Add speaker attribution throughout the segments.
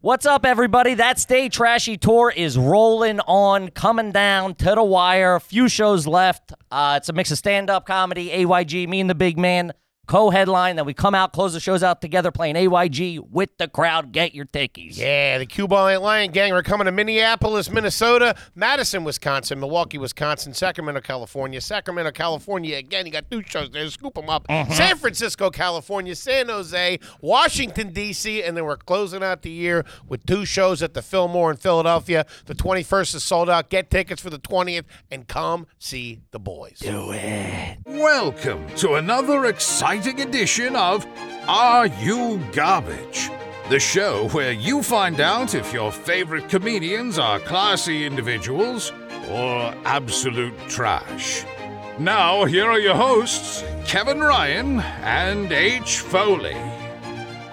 Speaker 1: What's up, everybody? That Stay Trashy tour is rolling on, coming down to the wire. A few shows left. Uh, it's a mix of stand up comedy, AYG, me and the big man, co headline. Then we come out, close the shows out together, playing AYG with the crowd. Get your tickies.
Speaker 2: Yeah, the Cue Ball Ain't Lion Gang are coming to Minneapolis, Minnesota, Madison, Wisconsin, Milwaukee, Wisconsin, Sacramento, California, Sacramento, California. Again, you got two shows there. Scoop them up. San Francisco, California, San Jose, Washington, D.C., and then we're closing out the year with two shows at the Fillmore in Philadelphia. The 21st is sold out. Get tickets for the 20th and come see the boys.
Speaker 3: Welcome to another exciting edition of Are You Garbage? The show where you find out if your favorite comedians are classy individuals or absolute trash. Now, here are your hosts, Kevin Ryan and H. Foley.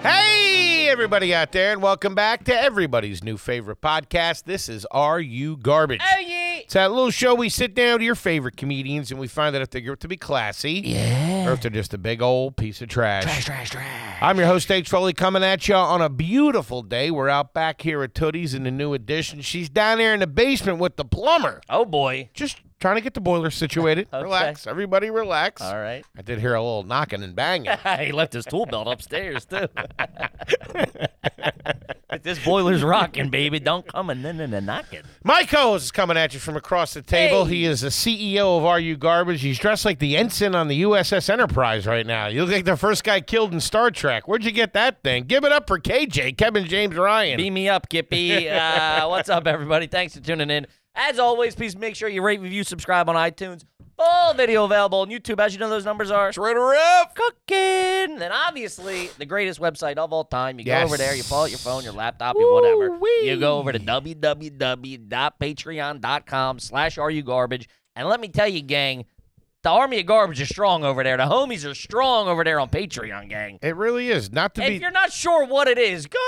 Speaker 2: Hey, everybody out there, and welcome back to everybody's new favorite podcast. This is Are You Garbage? Oh, yeah. It's that little show we sit down to your favorite comedians and we find out if they're to be classy yeah. or if they're just a big old piece of trash. Trash, trash, trash. I'm your host, H. Foley, coming at you on a beautiful day. We're out back here at Tootie's in the new edition. She's down there in the basement with the plumber.
Speaker 1: Oh, boy.
Speaker 2: Just trying to get the boiler situated.
Speaker 1: Okay.
Speaker 2: Relax. Everybody relax.
Speaker 1: All right.
Speaker 2: I did hear a little knocking and banging.
Speaker 1: he left his tool belt upstairs, too. this boiler's rocking, baby. Don't come and then and knocking.
Speaker 2: My co-host is coming at you from across the table. He is the CEO of RU Garbage. He's dressed like the ensign on the USS Enterprise right now. You look like the first guy killed in Star Trek. Where'd you get that thing? Give it up for KJ, Kevin James Ryan.
Speaker 1: Beam me up, Kippy. Uh, what's up, everybody? Thanks for tuning in. As always, please make sure you rate, review, subscribe on iTunes. Full video available on YouTube. As you know, those numbers are
Speaker 2: Straight around.
Speaker 1: cooking. And obviously, the greatest website of all time. You
Speaker 2: Yes.
Speaker 1: go over there, you pull out your phone, your laptop, your whatever.
Speaker 2: Woo-wee.
Speaker 1: You go over to www.patreon.com slash garbage. And let me tell you, gang, the army of garbage is strong over there. The homies are strong over there on Patreon, gang.
Speaker 2: It really is not to
Speaker 1: If
Speaker 2: be.
Speaker 1: you're not sure what it is, go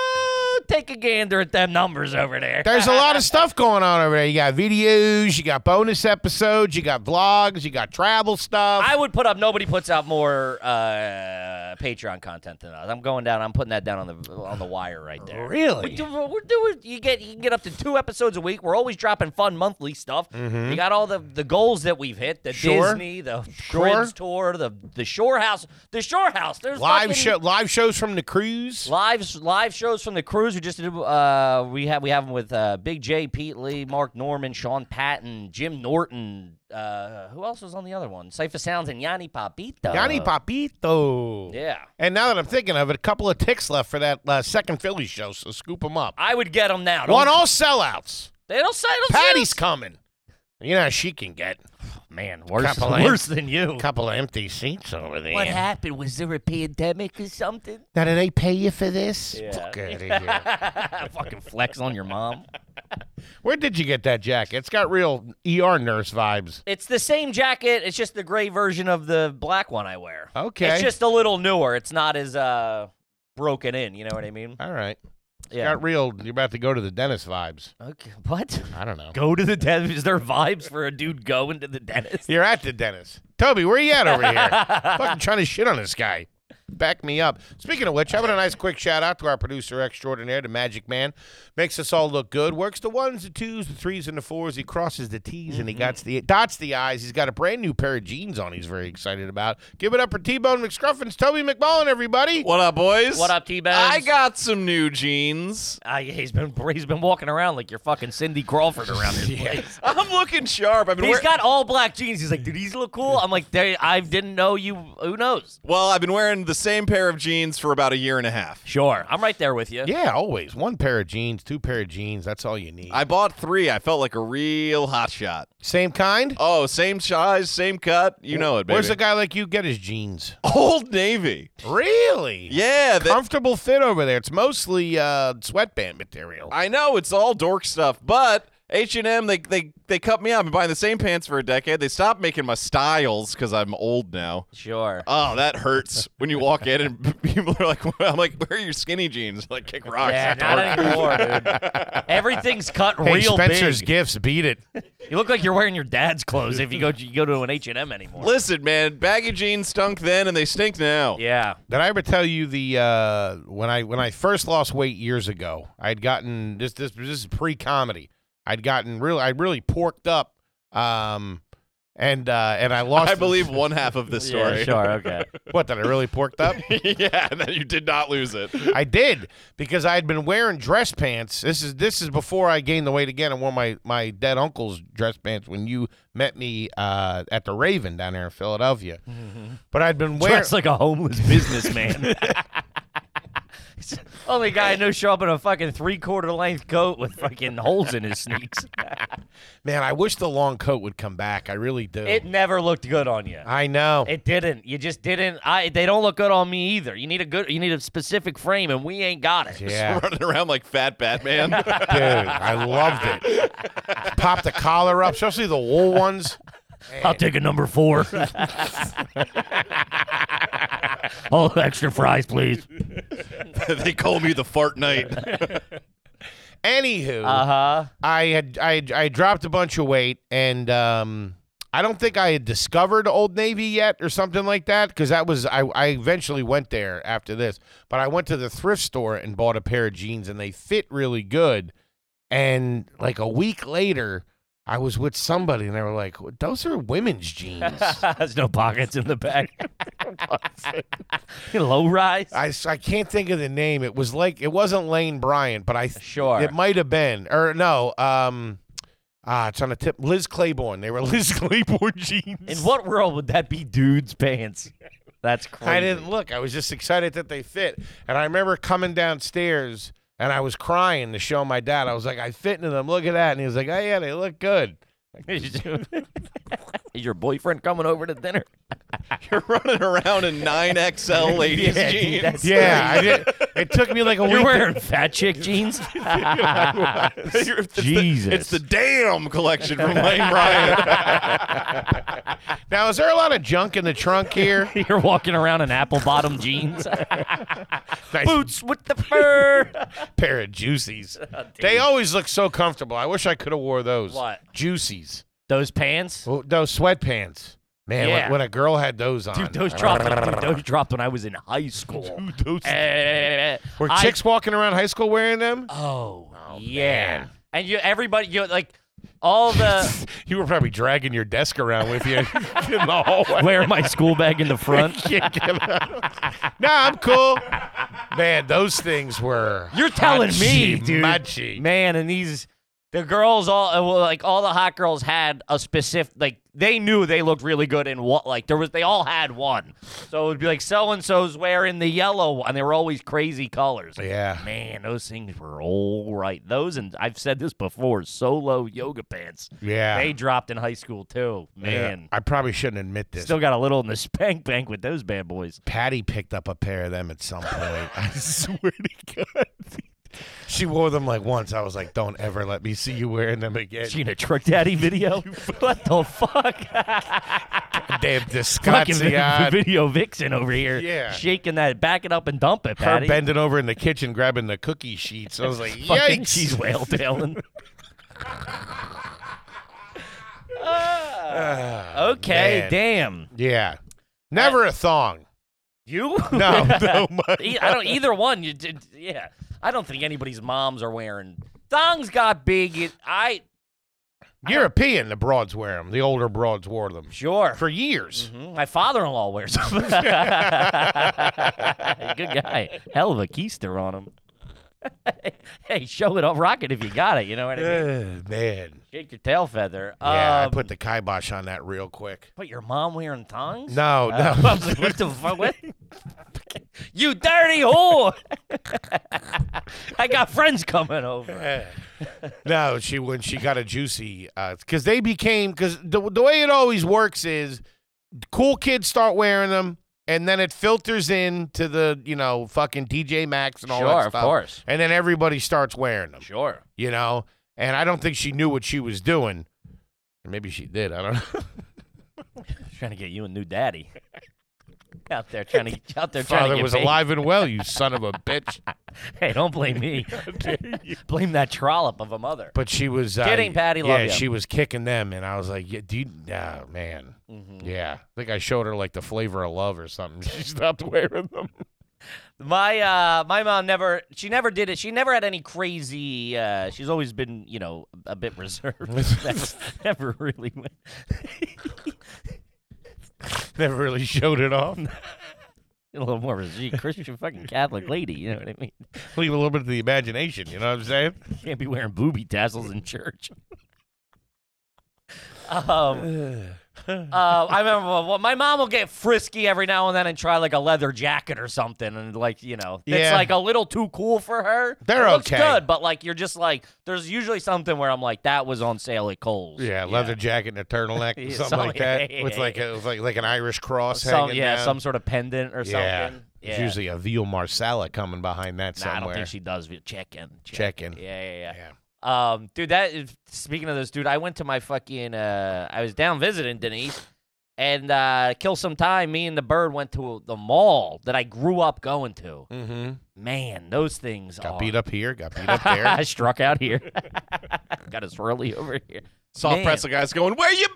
Speaker 1: take a gander at them numbers over there.
Speaker 2: There's a lot of stuff going on over there. You got videos, you got bonus episodes, you got vlogs, you got travel stuff.
Speaker 1: I would put up. Nobody puts out more uh, Patreon content than us. I'm going down. I'm putting that down on the on the wire right there. We
Speaker 2: really?
Speaker 1: do, we're doing. You get you can get up to two episodes a week. We're always dropping fun monthly stuff. You got all the the goals that we've hit. The
Speaker 2: Mm-hmm. Sure.
Speaker 1: Disney, the
Speaker 2: Sure.
Speaker 1: Cribs tour, the the Shore House, the Shore House. There's
Speaker 2: Live
Speaker 1: fucking
Speaker 2: show, live shows from the cruise.
Speaker 1: Live live shows from the cruise. We just did. Uh, we have we have them with uh, Big J, Pete Lee, Mark Norman, Sean Patton, Jim Norton. Uh, who else was on the other one? Cypher Sounds and Yanni Papito.
Speaker 2: Johnny Papito.
Speaker 1: Yeah,
Speaker 2: And now that I'm thinking of it, a couple of ticks left for that uh, second Philly show, so scoop them up.
Speaker 1: I would get them now. Don't-
Speaker 2: Want all sellouts.
Speaker 1: They don't say. Don't say-
Speaker 2: Patty's coming. You know how she can get
Speaker 1: man, worse,
Speaker 2: Couple of-
Speaker 1: worse than you.
Speaker 2: a couple of empty seats over there.
Speaker 1: What happened? Was there a pandemic or something?
Speaker 2: Now, do they pay you for this?
Speaker 1: Yeah.
Speaker 2: Fuck outta here.
Speaker 1: Fucking flex on your mom.
Speaker 2: Where did you get that jacket? It's got real ER nurse vibes.
Speaker 1: It's the same jacket. It's just the gray version of the black one I wear.
Speaker 2: Okay.
Speaker 1: It's just a little newer. It's not as uh broken in. You know what I mean?
Speaker 2: All right.
Speaker 1: Yeah.
Speaker 2: Got real, you're about to go to the dentist vibes.
Speaker 1: Okay. What?
Speaker 2: I don't know.
Speaker 1: Go to the dentist. Is there vibes for a dude going to the dentist?
Speaker 2: You're at the dentist. Toby, where you at over here? Fucking trying to shit on this guy. Back me up. Speaking of which, having a nice quick shout out to our producer extraordinaire, the Magic Man. Makes us all look good. Works the ones, the twos, the threes, and the fours. He crosses the T's and
Speaker 4: Mm-hmm.
Speaker 2: he got the dots the I's. He's got a brand new pair of jeans on. He's very excited about. Give it up for T Bone McScruffins, Toby McMullen, everybody.
Speaker 4: What up, boys?
Speaker 1: What up, T-Bones?
Speaker 4: I got some new jeans.
Speaker 1: Ah, yeah, he's been he's been walking around like you're fucking Cindy Crawford around this place.
Speaker 4: I'm looking sharp. I've been
Speaker 1: He's
Speaker 4: wear-
Speaker 1: got all black jeans. He's like, do these look cool? I'm like, they, I didn't know you. Who knows?
Speaker 4: well, I've been wearing the same pair of jeans for about a year and a half.
Speaker 1: Sure, I'm right there with you.
Speaker 2: Yeah, always one pair of jeans, two pair of jeans. That's all you need.
Speaker 4: I bought three. I felt like a real hot shot.
Speaker 2: Same kind.
Speaker 4: Oh, same size, same cut. You know it, baby.
Speaker 2: Where's the guy like you get his jeans?
Speaker 4: Old Navy.
Speaker 2: Really?
Speaker 4: Yeah, that-
Speaker 2: comfortable fit over there. It's mostly uh, sweatband material.
Speaker 4: I know it's all dork stuff, but H and M they they they cut me out. I've been buying the same pants for a decade. They stopped making my styles because I'm old now.
Speaker 1: Sure.
Speaker 4: Oh, that hurts when you walk in and people are like, "I'm like, where are your skinny jeans?" Like, kick rocks.
Speaker 1: yeah, not
Speaker 4: dork.
Speaker 1: anymore, dude. Everything's cut
Speaker 2: hey,
Speaker 1: real
Speaker 2: Spencer's
Speaker 1: big.
Speaker 2: gifts beat it.
Speaker 1: You look like you're wearing your dad's clothes if you go you go to an H and M anymore.
Speaker 4: Listen, man, baggy jeans stunk then and they stink now.
Speaker 1: Yeah.
Speaker 2: Did I ever tell you the uh, when I when I first lost weight years ago? I had gotten this this this is pre comedy. I'd gotten really I really porked up, um, and uh, and I lost.
Speaker 4: I believe one half of this story.
Speaker 1: Yeah, sure. Okay.
Speaker 2: what that I really porked up.
Speaker 4: yeah, and then you did not lose it.
Speaker 2: I did because I had been wearing dress pants. This is this is before I gained the weight again and wore my my dead uncle's dress pants when you met me uh, at the Raven down here in Philadelphia.
Speaker 1: Mm-hmm.
Speaker 2: But I'd been wearing
Speaker 1: Dressed like a homeless businessman. Only guy I know show up in a fucking three quarter length coat with fucking holes in his sneaks.
Speaker 2: man. I wish the long coat would come back. I really do.
Speaker 1: It never looked good on you.
Speaker 2: I know.
Speaker 1: It didn't. You just didn't. I. They don't look good on me either. You need a good. You need a specific frame, and we ain't got it.
Speaker 2: yeah.
Speaker 4: Running around like fat Batman.
Speaker 2: Dude, I loved it. Pop the collar up, especially the wool ones.
Speaker 1: I'll take a number four. oh, extra fries, please.
Speaker 4: they call me the fart knight.
Speaker 2: Anywho,
Speaker 1: Uh huh.
Speaker 2: I had I had- I had dropped a bunch of weight, and um, I don't think I had discovered Old Navy yet, or something like that, because that was I I eventually went there after this, but I went to the thrift store and bought a pair of jeans, and they fit really good, and like a week later. I was with somebody and they were like, "Those are women's jeans."
Speaker 1: There's no pockets in the back. Low rise.
Speaker 2: I, s- I can't think of the name. It was like it wasn't Lane Bryant, but I th-
Speaker 1: Sure.
Speaker 2: It might have been, or no. Um, ah, it's on a tip. Liz Claiborne. They were Liz Claiborne jeans.
Speaker 1: In what world would that be, dude's pants? That's crazy.
Speaker 2: I didn't look. I was just excited that they fit. And I remember coming downstairs and I was crying to show my dad. I was like, I fit into them. Look at that. And he was like, Oh yeah, they look good.
Speaker 1: Is your boyfriend coming over to dinner?
Speaker 4: You're running around in 9XL ladies
Speaker 1: Yeah, dude,
Speaker 4: jeans.
Speaker 1: that's-
Speaker 2: Yeah, I did. It took me like a
Speaker 1: You're
Speaker 2: week. to-
Speaker 1: wearing fat chick jeans?
Speaker 4: You're- it's the-
Speaker 1: Jesus.
Speaker 4: it's the damn collection from Lane Bryant.
Speaker 2: now, is there a lot of junk in the trunk here?
Speaker 1: You're walking around in apple bottom jeans.
Speaker 2: Nice
Speaker 1: Boots with the fur.
Speaker 2: pair of juicies. they always look so comfortable. I wish I could have wore those.
Speaker 1: What?
Speaker 2: Juicies.
Speaker 1: Those pants?
Speaker 2: Well, those sweatpants. Man, when-
Speaker 1: Yeah.
Speaker 2: when, a girl had those on.
Speaker 1: Dude, those dropped. dude, those dropped when I was in high school. Eh,
Speaker 2: Were
Speaker 1: I-
Speaker 2: chicks walking around high school wearing them?
Speaker 1: Oh, yeah. And you, everybody, you like all the
Speaker 2: You were probably dragging your desk around with you in the hallway.
Speaker 1: wear my school bag in the front.
Speaker 2: Nah, I'm cool. Man, those things were.
Speaker 1: You're telling me,
Speaker 2: hachi
Speaker 1: dude.
Speaker 2: machi.
Speaker 1: Man, and these the girls all uh, well, like all the hot girls had a specific like they knew they looked really good in what like there was they all had one. So it would be like so and so's wearing the yellow one. They were always crazy colors.
Speaker 2: Yeah.
Speaker 1: Man, those things were all right. Those and I've said this before, solo yoga pants.
Speaker 2: Yeah.
Speaker 1: They dropped in high school too.
Speaker 2: Yeah.
Speaker 1: Man.
Speaker 2: I probably shouldn't admit this.
Speaker 1: Still got a little in the spank bank with those bad boys.
Speaker 2: Patty picked up a pair of them at some point. I swear to God. She wore them like once. I was like, don't ever let me see you wearing them again.
Speaker 1: She in a truck daddy video? what the fuck?
Speaker 2: Damn
Speaker 1: fucking
Speaker 2: disgusting.
Speaker 1: vi- video vixen over here.
Speaker 2: Yeah.
Speaker 1: Shaking that, back it up and dump it,
Speaker 2: Her
Speaker 1: Patty.
Speaker 2: bending over in the kitchen grabbing the cookie sheets. I was like,
Speaker 1: Fucking
Speaker 2: yikes.
Speaker 1: she's whale tailing.
Speaker 2: Ah,
Speaker 1: Okay,
Speaker 2: man.
Speaker 1: damn.
Speaker 2: Yeah. Never a thong.
Speaker 1: You?
Speaker 2: No, no,
Speaker 1: E-
Speaker 2: my
Speaker 1: I don't. Either one. You did. Yeah. I don't think anybody's moms are wearing. Thongs got big. It, I
Speaker 2: European, the broads wear them. The older broads wore them
Speaker 1: sure.
Speaker 2: for years.
Speaker 1: Mhm. My father-in-law wears them. Good guy. Hell of a keister on him. hey, show it off, rock it if you got it. You know what I mean.
Speaker 2: Ugh, Ah, man.
Speaker 1: Shake your tail feather.
Speaker 2: Yeah, I
Speaker 1: Mm-hmm. Um,
Speaker 2: put the kibosh on that real quick.
Speaker 1: What, your mom wearing thongs?
Speaker 2: No,
Speaker 1: Uh, I
Speaker 2: no.
Speaker 1: was like, what the fuck? What? you dirty whore! I got friends coming over.
Speaker 2: no, she when she got a juicy because they became because the, the way it always works is cool kids start wearing them and then it filters in to the you know fucking DJ Maxx and all that
Speaker 1: Sure, of
Speaker 2: stuff,
Speaker 1: course.
Speaker 2: and then everybody starts wearing them,
Speaker 1: Sure.
Speaker 2: you know. And I don't think she knew what she was doing, or maybe she did. I don't know.
Speaker 1: Trying to get you a new daddy. out there trying to out there trying to
Speaker 2: Father
Speaker 1: get
Speaker 2: was
Speaker 1: paid.
Speaker 2: alive and well, you son of a bitch.
Speaker 1: Hey, don't blame me. blame that trollop of a mother.
Speaker 2: But she was uh,
Speaker 1: Kidding, Patty,
Speaker 2: Yeah,
Speaker 1: love ya.
Speaker 2: she was kicking them, and I was like, yeah, do you, nah, man,
Speaker 1: Mm-hmm.
Speaker 2: yeah. I think I showed her like the flavor of love or something. She stopped wearing them.
Speaker 1: My uh, my mom never. She never did it. She never had any crazy. Uh, she's always been, you know, a bit reserved. never, never really went.
Speaker 2: Never really showed it off.
Speaker 1: a little more of a Christian fucking Catholic lady. You know what I mean?
Speaker 2: Leave a little bit to the imagination. You know what I'm saying?
Speaker 1: Can't be wearing booby tassels in church. um, uh, I remember well, well, my mom will get frisky every now and then and try like a leather jacket or something, and like you know, it's
Speaker 2: Yeah.
Speaker 1: like a little too cool for her.
Speaker 2: They're
Speaker 1: it looks
Speaker 2: okay.
Speaker 1: good, but like you're just like there's usually something where I'm like that was on sale at Cole's.
Speaker 2: Yeah, leather jacket and a turtleneck,
Speaker 1: Yeah,
Speaker 2: something
Speaker 1: some-
Speaker 2: like that,
Speaker 1: yeah, yeah,
Speaker 2: with like a, with like like an Irish cross
Speaker 1: some
Speaker 2: hanging
Speaker 1: yeah,
Speaker 2: down.
Speaker 1: some sort of pendant or
Speaker 2: yeah.
Speaker 1: something.
Speaker 2: There's usually a veal marsala coming behind that
Speaker 1: Nah, I
Speaker 2: somewhere.
Speaker 1: don't think she does. Check-in.
Speaker 2: Check-in.
Speaker 1: Yeah, yeah, yeah.
Speaker 2: Yeah.
Speaker 1: Um, dude, that is, speaking of this, dude, I went to my fucking. Uh, I was down visiting Denise, and uh, kill some time. Me and the bird went to the mall that I grew up going to.
Speaker 2: Mm-hmm.
Speaker 1: Man, those things
Speaker 2: Got
Speaker 1: are-
Speaker 2: beat up here. Got beat up there.
Speaker 1: I struck out here. Got us really over here.
Speaker 4: Soft
Speaker 1: Man.
Speaker 4: pretzel guy's going, where you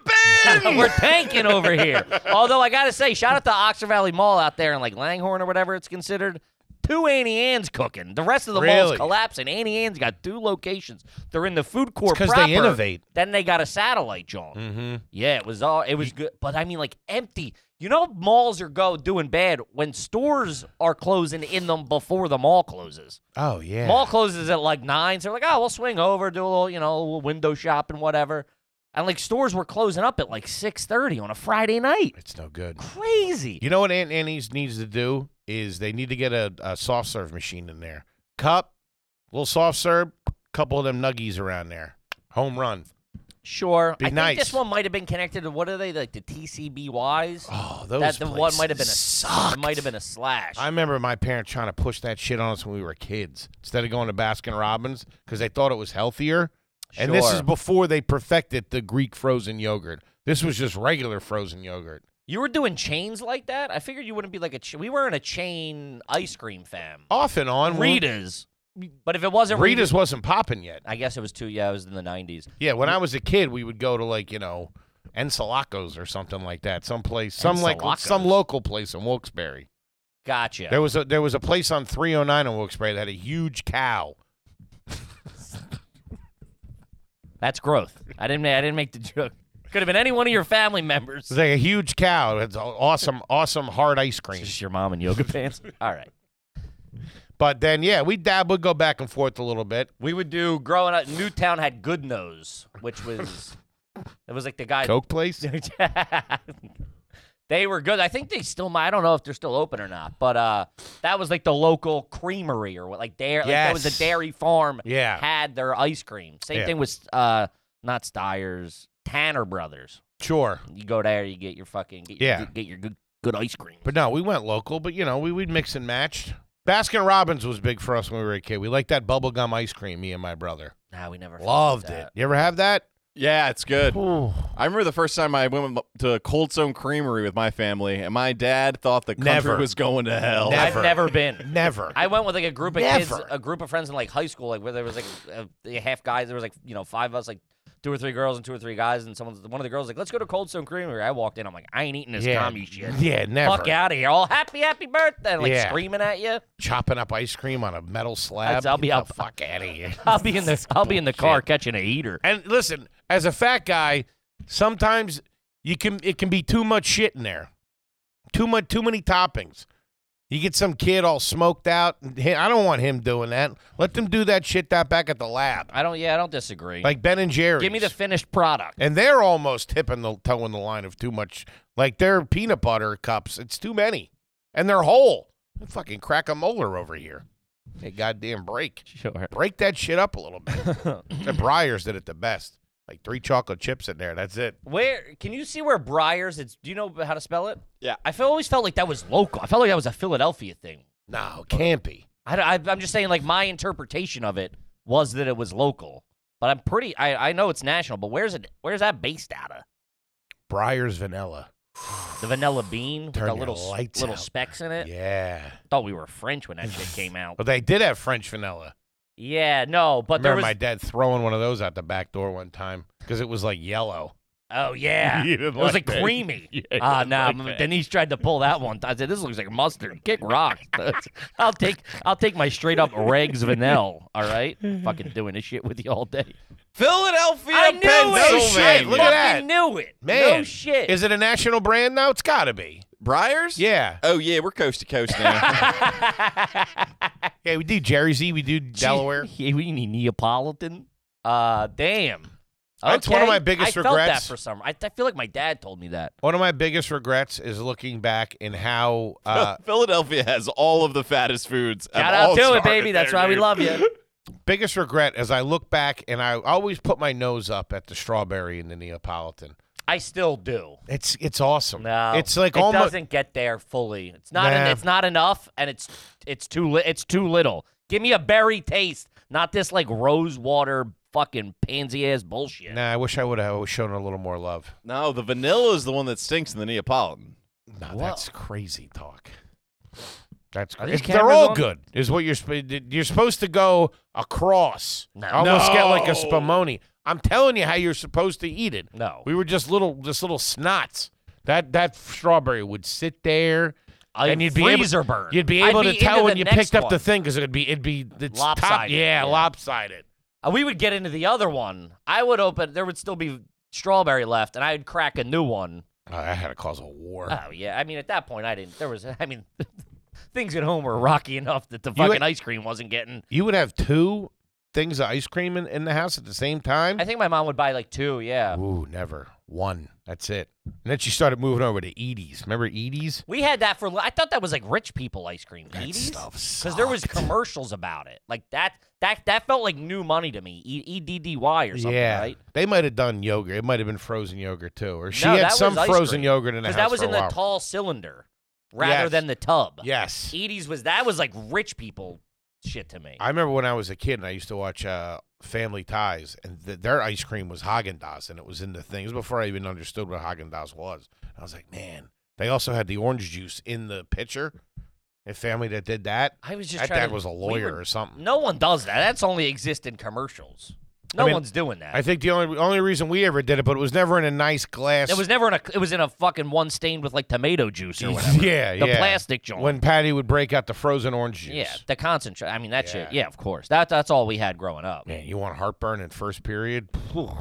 Speaker 4: been?
Speaker 1: We're tanking over here. Although I gotta say, shout out to Oxford Valley Mall out there in like Langhorne or whatever it's considered. Two Annie Ann's cooking. The rest of the mall's
Speaker 2: Really?
Speaker 1: collapsing. Annie Ann's got two locations. They're in the food court
Speaker 2: 'cause they
Speaker 1: proper.
Speaker 2: innovate.
Speaker 1: Then they got a satellite, John.
Speaker 2: mm-hmm.
Speaker 1: Yeah, it was all it was good, but I mean like empty. You know, malls are go doing bad when stores are closing in them before the mall closes.
Speaker 2: Oh yeah.
Speaker 1: Mall closes at like nine, so they're like, oh, we'll swing over, do a little, you know, a little window shopping, whatever. And like stores were closing up at like six thirty on a Friday night.
Speaker 2: it's no good.
Speaker 1: Crazy.
Speaker 2: You know what Aunt Annie's needs to do is they need to get a, a soft serve machine in there. Cup, little soft serve, couple of them nuggies around there. Home run.
Speaker 1: Sure,
Speaker 2: Be
Speaker 1: I think this
Speaker 2: nice.
Speaker 1: one might have been connected to what are they like the TCBYs?
Speaker 2: Oh, those
Speaker 1: that the one might have been a
Speaker 2: places
Speaker 1: it
Speaker 2: sucked.
Speaker 1: might have been a slash.
Speaker 2: I remember my parents trying to push that shit on us when we were kids instead of going to Baskin Robbins because they thought it was healthier. And this is
Speaker 1: Sure.
Speaker 2: before they perfected the Greek frozen yogurt. This was just regular frozen yogurt.
Speaker 1: You were doing chains like that? I figured you wouldn't be like a. Ch- we weren't a chain ice cream fam.
Speaker 2: Off and on. when-
Speaker 1: Rita's. But if it wasn't
Speaker 2: Rita's wasn't popping yet.
Speaker 1: I guess it was too. Yeah, it was in the '90s.
Speaker 2: Yeah, when I was a kid, we would go to like you know, Ensalacos or something like that, someplace, some like
Speaker 1: Ensalacos?
Speaker 2: some local place in Wilkes-Barre.
Speaker 1: Gotcha.
Speaker 2: There was a there was a place on 309 in Wilkes-Barre that had a huge cow.
Speaker 1: That's growth. I didn't. I didn't make the joke. Could have been any one of your family members.
Speaker 2: It's like a huge cow. It's a- awesome, awesome hard ice cream.
Speaker 1: Just your mom in yoga pants. All right.
Speaker 2: But then yeah, we dab would go back and forth a little bit.
Speaker 1: We would do growing up. Newtown had Good Nose, which was it was like the guy.
Speaker 2: Coke place.
Speaker 1: they were good. I think they still might. I don't know if they're still open or not, but uh, that was like the local creamery or what, like dairy. Like that was
Speaker 2: Yes.
Speaker 1: the dairy farm.
Speaker 2: Yeah.
Speaker 1: had their ice cream. Same
Speaker 2: Yeah.
Speaker 1: thing with uh, not Steyer's, Tanner Brothers.
Speaker 2: Sure.
Speaker 1: You go there, you get your fucking get your,
Speaker 2: Yeah.
Speaker 1: get your good good ice cream.
Speaker 2: But no, we went local. But you know, we would mix and match. Baskin Robbins was big for us when we were a kid. We liked that bubblegum ice cream, me and my brother.
Speaker 1: nah, we never fucked with
Speaker 2: Loved it.
Speaker 1: that.
Speaker 2: You ever have that?
Speaker 4: yeah, it's good. I remember the first time I went with- to Cold Stone Creamery with my family, and my dad thought the country
Speaker 2: Never.
Speaker 4: was going to hell.
Speaker 2: Never.
Speaker 1: I've never been.
Speaker 2: Never.
Speaker 1: I went with like a group of kids,
Speaker 2: Never.
Speaker 1: a group of friends in like high school, like where there was like a, a half guys. There was like you know five of us, like two or three girls and two or three guys, and someone one of the girls was like, "Let's go to Cold Stone Creamery." I walked in, I'm like, "I ain't eating this commie shit."
Speaker 2: Yeah, never.
Speaker 1: Fuck out of here! All happy, happy birthday, like
Speaker 2: Yeah.
Speaker 1: screaming at you.
Speaker 2: Chopping up ice cream on a metal slab.
Speaker 1: I'll be
Speaker 2: Get the
Speaker 1: up-
Speaker 2: fuck out of here.
Speaker 1: I'll be in the I'll be in the car catching a heater.
Speaker 2: and listen, as a fat guy, sometimes you can it can be too much shit in there. Too much too many toppings. You get some kid all smoked out. and he- I don't want him doing that. Let them do that shit out back at the lab.
Speaker 1: I don't. Yeah, I don't disagree.
Speaker 2: Like Ben and Jerry's.
Speaker 1: Give me the finished product.
Speaker 2: and they're almost tipping the toe in the line of too much. Like their peanut butter cups, it's too many, and they're whole. I fucking crack a molar over here. Hey, goddamn break!
Speaker 1: Sure.
Speaker 2: Break that shit up a little bit. the Briars did it the best. Like three chocolate chips in there. That's it.
Speaker 1: Where can you see where Briars? It's do you know how to spell it?
Speaker 4: Yeah.
Speaker 1: I feel, always felt like that was local. I felt like that was a Philadelphia thing.
Speaker 2: No, can't be.
Speaker 1: I, don't- I, I'm just saying, like my interpretation of it was that it was local, but I'm pretty. I, I know it's national, but where's it? Where's that based out of?
Speaker 2: Briars vanilla.
Speaker 1: The vanilla bean with
Speaker 2: Turn
Speaker 1: the
Speaker 2: your
Speaker 1: little
Speaker 2: lights
Speaker 1: little
Speaker 2: out.
Speaker 1: specks in it.
Speaker 2: Yeah.
Speaker 1: Thought we were French when that shit came out.
Speaker 2: But they did have French vanilla.
Speaker 1: Yeah, no, but
Speaker 2: remember
Speaker 1: there was.
Speaker 2: my dad throwing one of those out the back door one time because it was like yellow.
Speaker 1: oh yeah,
Speaker 2: He
Speaker 1: it
Speaker 2: didn't
Speaker 1: was like
Speaker 2: like that.
Speaker 1: creamy.
Speaker 2: Yeah, he
Speaker 1: Ah,
Speaker 2: didn't
Speaker 1: no,
Speaker 2: like that.
Speaker 1: Denise tried to pull that one. I said, "This looks like mustard." Kick rocks. I'll take I'll take my straight up Regs Vanilla. All right, fucking doing this shit with you all day.
Speaker 4: Philadelphia,
Speaker 1: I knew it.
Speaker 4: Pennsylvania.
Speaker 2: shit. Look at that.
Speaker 1: Fucking knew it.
Speaker 2: Man,
Speaker 1: no shit.
Speaker 2: Is it a national brand now? It's got to be.
Speaker 4: Briars?
Speaker 2: Yeah.
Speaker 4: Oh yeah, we're coast to coast now.
Speaker 2: Yeah, we do Jersey. We do Delaware.
Speaker 1: Yeah, we need Neapolitan. Uh, damn.
Speaker 2: That's one of
Speaker 1: Okay.
Speaker 2: my biggest
Speaker 1: I felt that
Speaker 2: regrets.
Speaker 1: for some. I, I feel like my dad told me that.
Speaker 2: One of my biggest regrets is looking back and how uh,
Speaker 4: Philadelphia has all of the fattest foods. have
Speaker 1: Shout
Speaker 4: all
Speaker 1: out to it,
Speaker 4: started
Speaker 1: baby. That's
Speaker 4: there,
Speaker 1: why we
Speaker 4: dude.
Speaker 1: love you.
Speaker 2: biggest regret as I look back and I always put my nose up at the strawberry and the Neapolitan.
Speaker 1: I still do.
Speaker 2: It's it's awesome.
Speaker 1: No,
Speaker 2: it's like
Speaker 1: it
Speaker 2: almost
Speaker 1: doesn't get there fully. It's not. en-
Speaker 2: Nah.
Speaker 1: it's not enough, and it's it's too li- it's too little. Give me a berry taste, not this like rose water fucking pansy ass bullshit.
Speaker 2: Nah, I wish I would have shown a little more love.
Speaker 4: No, the vanilla is the one that stinks in the Neapolitan.
Speaker 2: No,
Speaker 1: Whoa.
Speaker 2: that's crazy talk. That's
Speaker 1: Are
Speaker 2: cra-
Speaker 1: these
Speaker 2: They're
Speaker 1: cameras
Speaker 2: all
Speaker 1: on?
Speaker 2: good. Is what you're sp- you're supposed to go across.
Speaker 1: No.
Speaker 2: I almost get like a
Speaker 4: No.
Speaker 2: spumoni. I'm telling you how you're supposed to eat it.
Speaker 1: No,
Speaker 2: We were just little just little snots. That that strawberry would sit there.
Speaker 1: I
Speaker 2: and you'd be able-
Speaker 1: freezer burn.
Speaker 2: You'd be
Speaker 1: I'd
Speaker 2: able to
Speaker 1: into
Speaker 2: tell
Speaker 1: the
Speaker 2: when you
Speaker 1: next
Speaker 2: picked up the
Speaker 1: one.
Speaker 2: thing because it'd be it'd be it's Top,
Speaker 1: Lopsided, yeah.
Speaker 2: yeah, lopsided.
Speaker 1: Uh, we would get into the other one. I would open. There would still be strawberry left, and I'd crack a new one.
Speaker 2: Oh, that had to cause a war.
Speaker 1: Oh yeah, I mean at that point I didn't. There was. I mean, things at home were rocky enough that the
Speaker 2: You
Speaker 1: fucking
Speaker 2: ate-
Speaker 1: ice cream wasn't getting.
Speaker 2: you would have two things of ice cream in, in the house at the same time.
Speaker 1: I think my mom would buy like two. Yeah.
Speaker 2: Ooh, never one. That's it. And then she started moving over to Edie's. Remember Edie's?
Speaker 1: We had that for. I thought that was like rich people ice cream. Edie's? Because there was commercials about it. Like that. That that felt like new money to me. E E D D Y or something.
Speaker 2: yeah,
Speaker 1: Right.
Speaker 2: they might have done yogurt. It might have been frozen yogurt too, or she
Speaker 1: No, that
Speaker 2: had
Speaker 1: was
Speaker 2: some
Speaker 1: ice
Speaker 2: frozen
Speaker 1: cream.
Speaker 2: yogurt in the house
Speaker 1: Because that was
Speaker 2: for
Speaker 1: in
Speaker 2: a
Speaker 1: the
Speaker 2: while.
Speaker 1: tall cylinder rather
Speaker 2: Yes.
Speaker 1: than the tub.
Speaker 2: yes,
Speaker 1: Edie's was that was like rich people shit to me.
Speaker 2: I remember when I was a kid and I used to watch uh, Family Ties, and th- their ice cream was Haagen Dazs, and it was in the thing. It was before I even understood what Haagen Dazs was. I was like, man, they also had the orange juice in the pitcher. A family that did that.
Speaker 1: I was just
Speaker 2: That
Speaker 1: trying
Speaker 2: dad
Speaker 1: to-
Speaker 2: was a
Speaker 1: we
Speaker 2: lawyer
Speaker 1: were-
Speaker 2: or something.
Speaker 1: No one does that. That's only exist in commercials. No
Speaker 2: mean,
Speaker 1: one's doing that.
Speaker 2: I think the only only reason we ever did it, but it was never in a nice glass.
Speaker 1: it was never in a. It was in a fucking one stained with like tomato juice or whatever.
Speaker 2: yeah,
Speaker 1: the
Speaker 2: yeah.
Speaker 1: plastic joint.
Speaker 2: When Patty would break out the frozen orange juice.
Speaker 1: Yeah, the concentrate. I mean, that shit.
Speaker 2: Yeah.
Speaker 1: Yeah, of course. That that's all we had growing up.
Speaker 2: Man, you want heartburn in first period? Phew.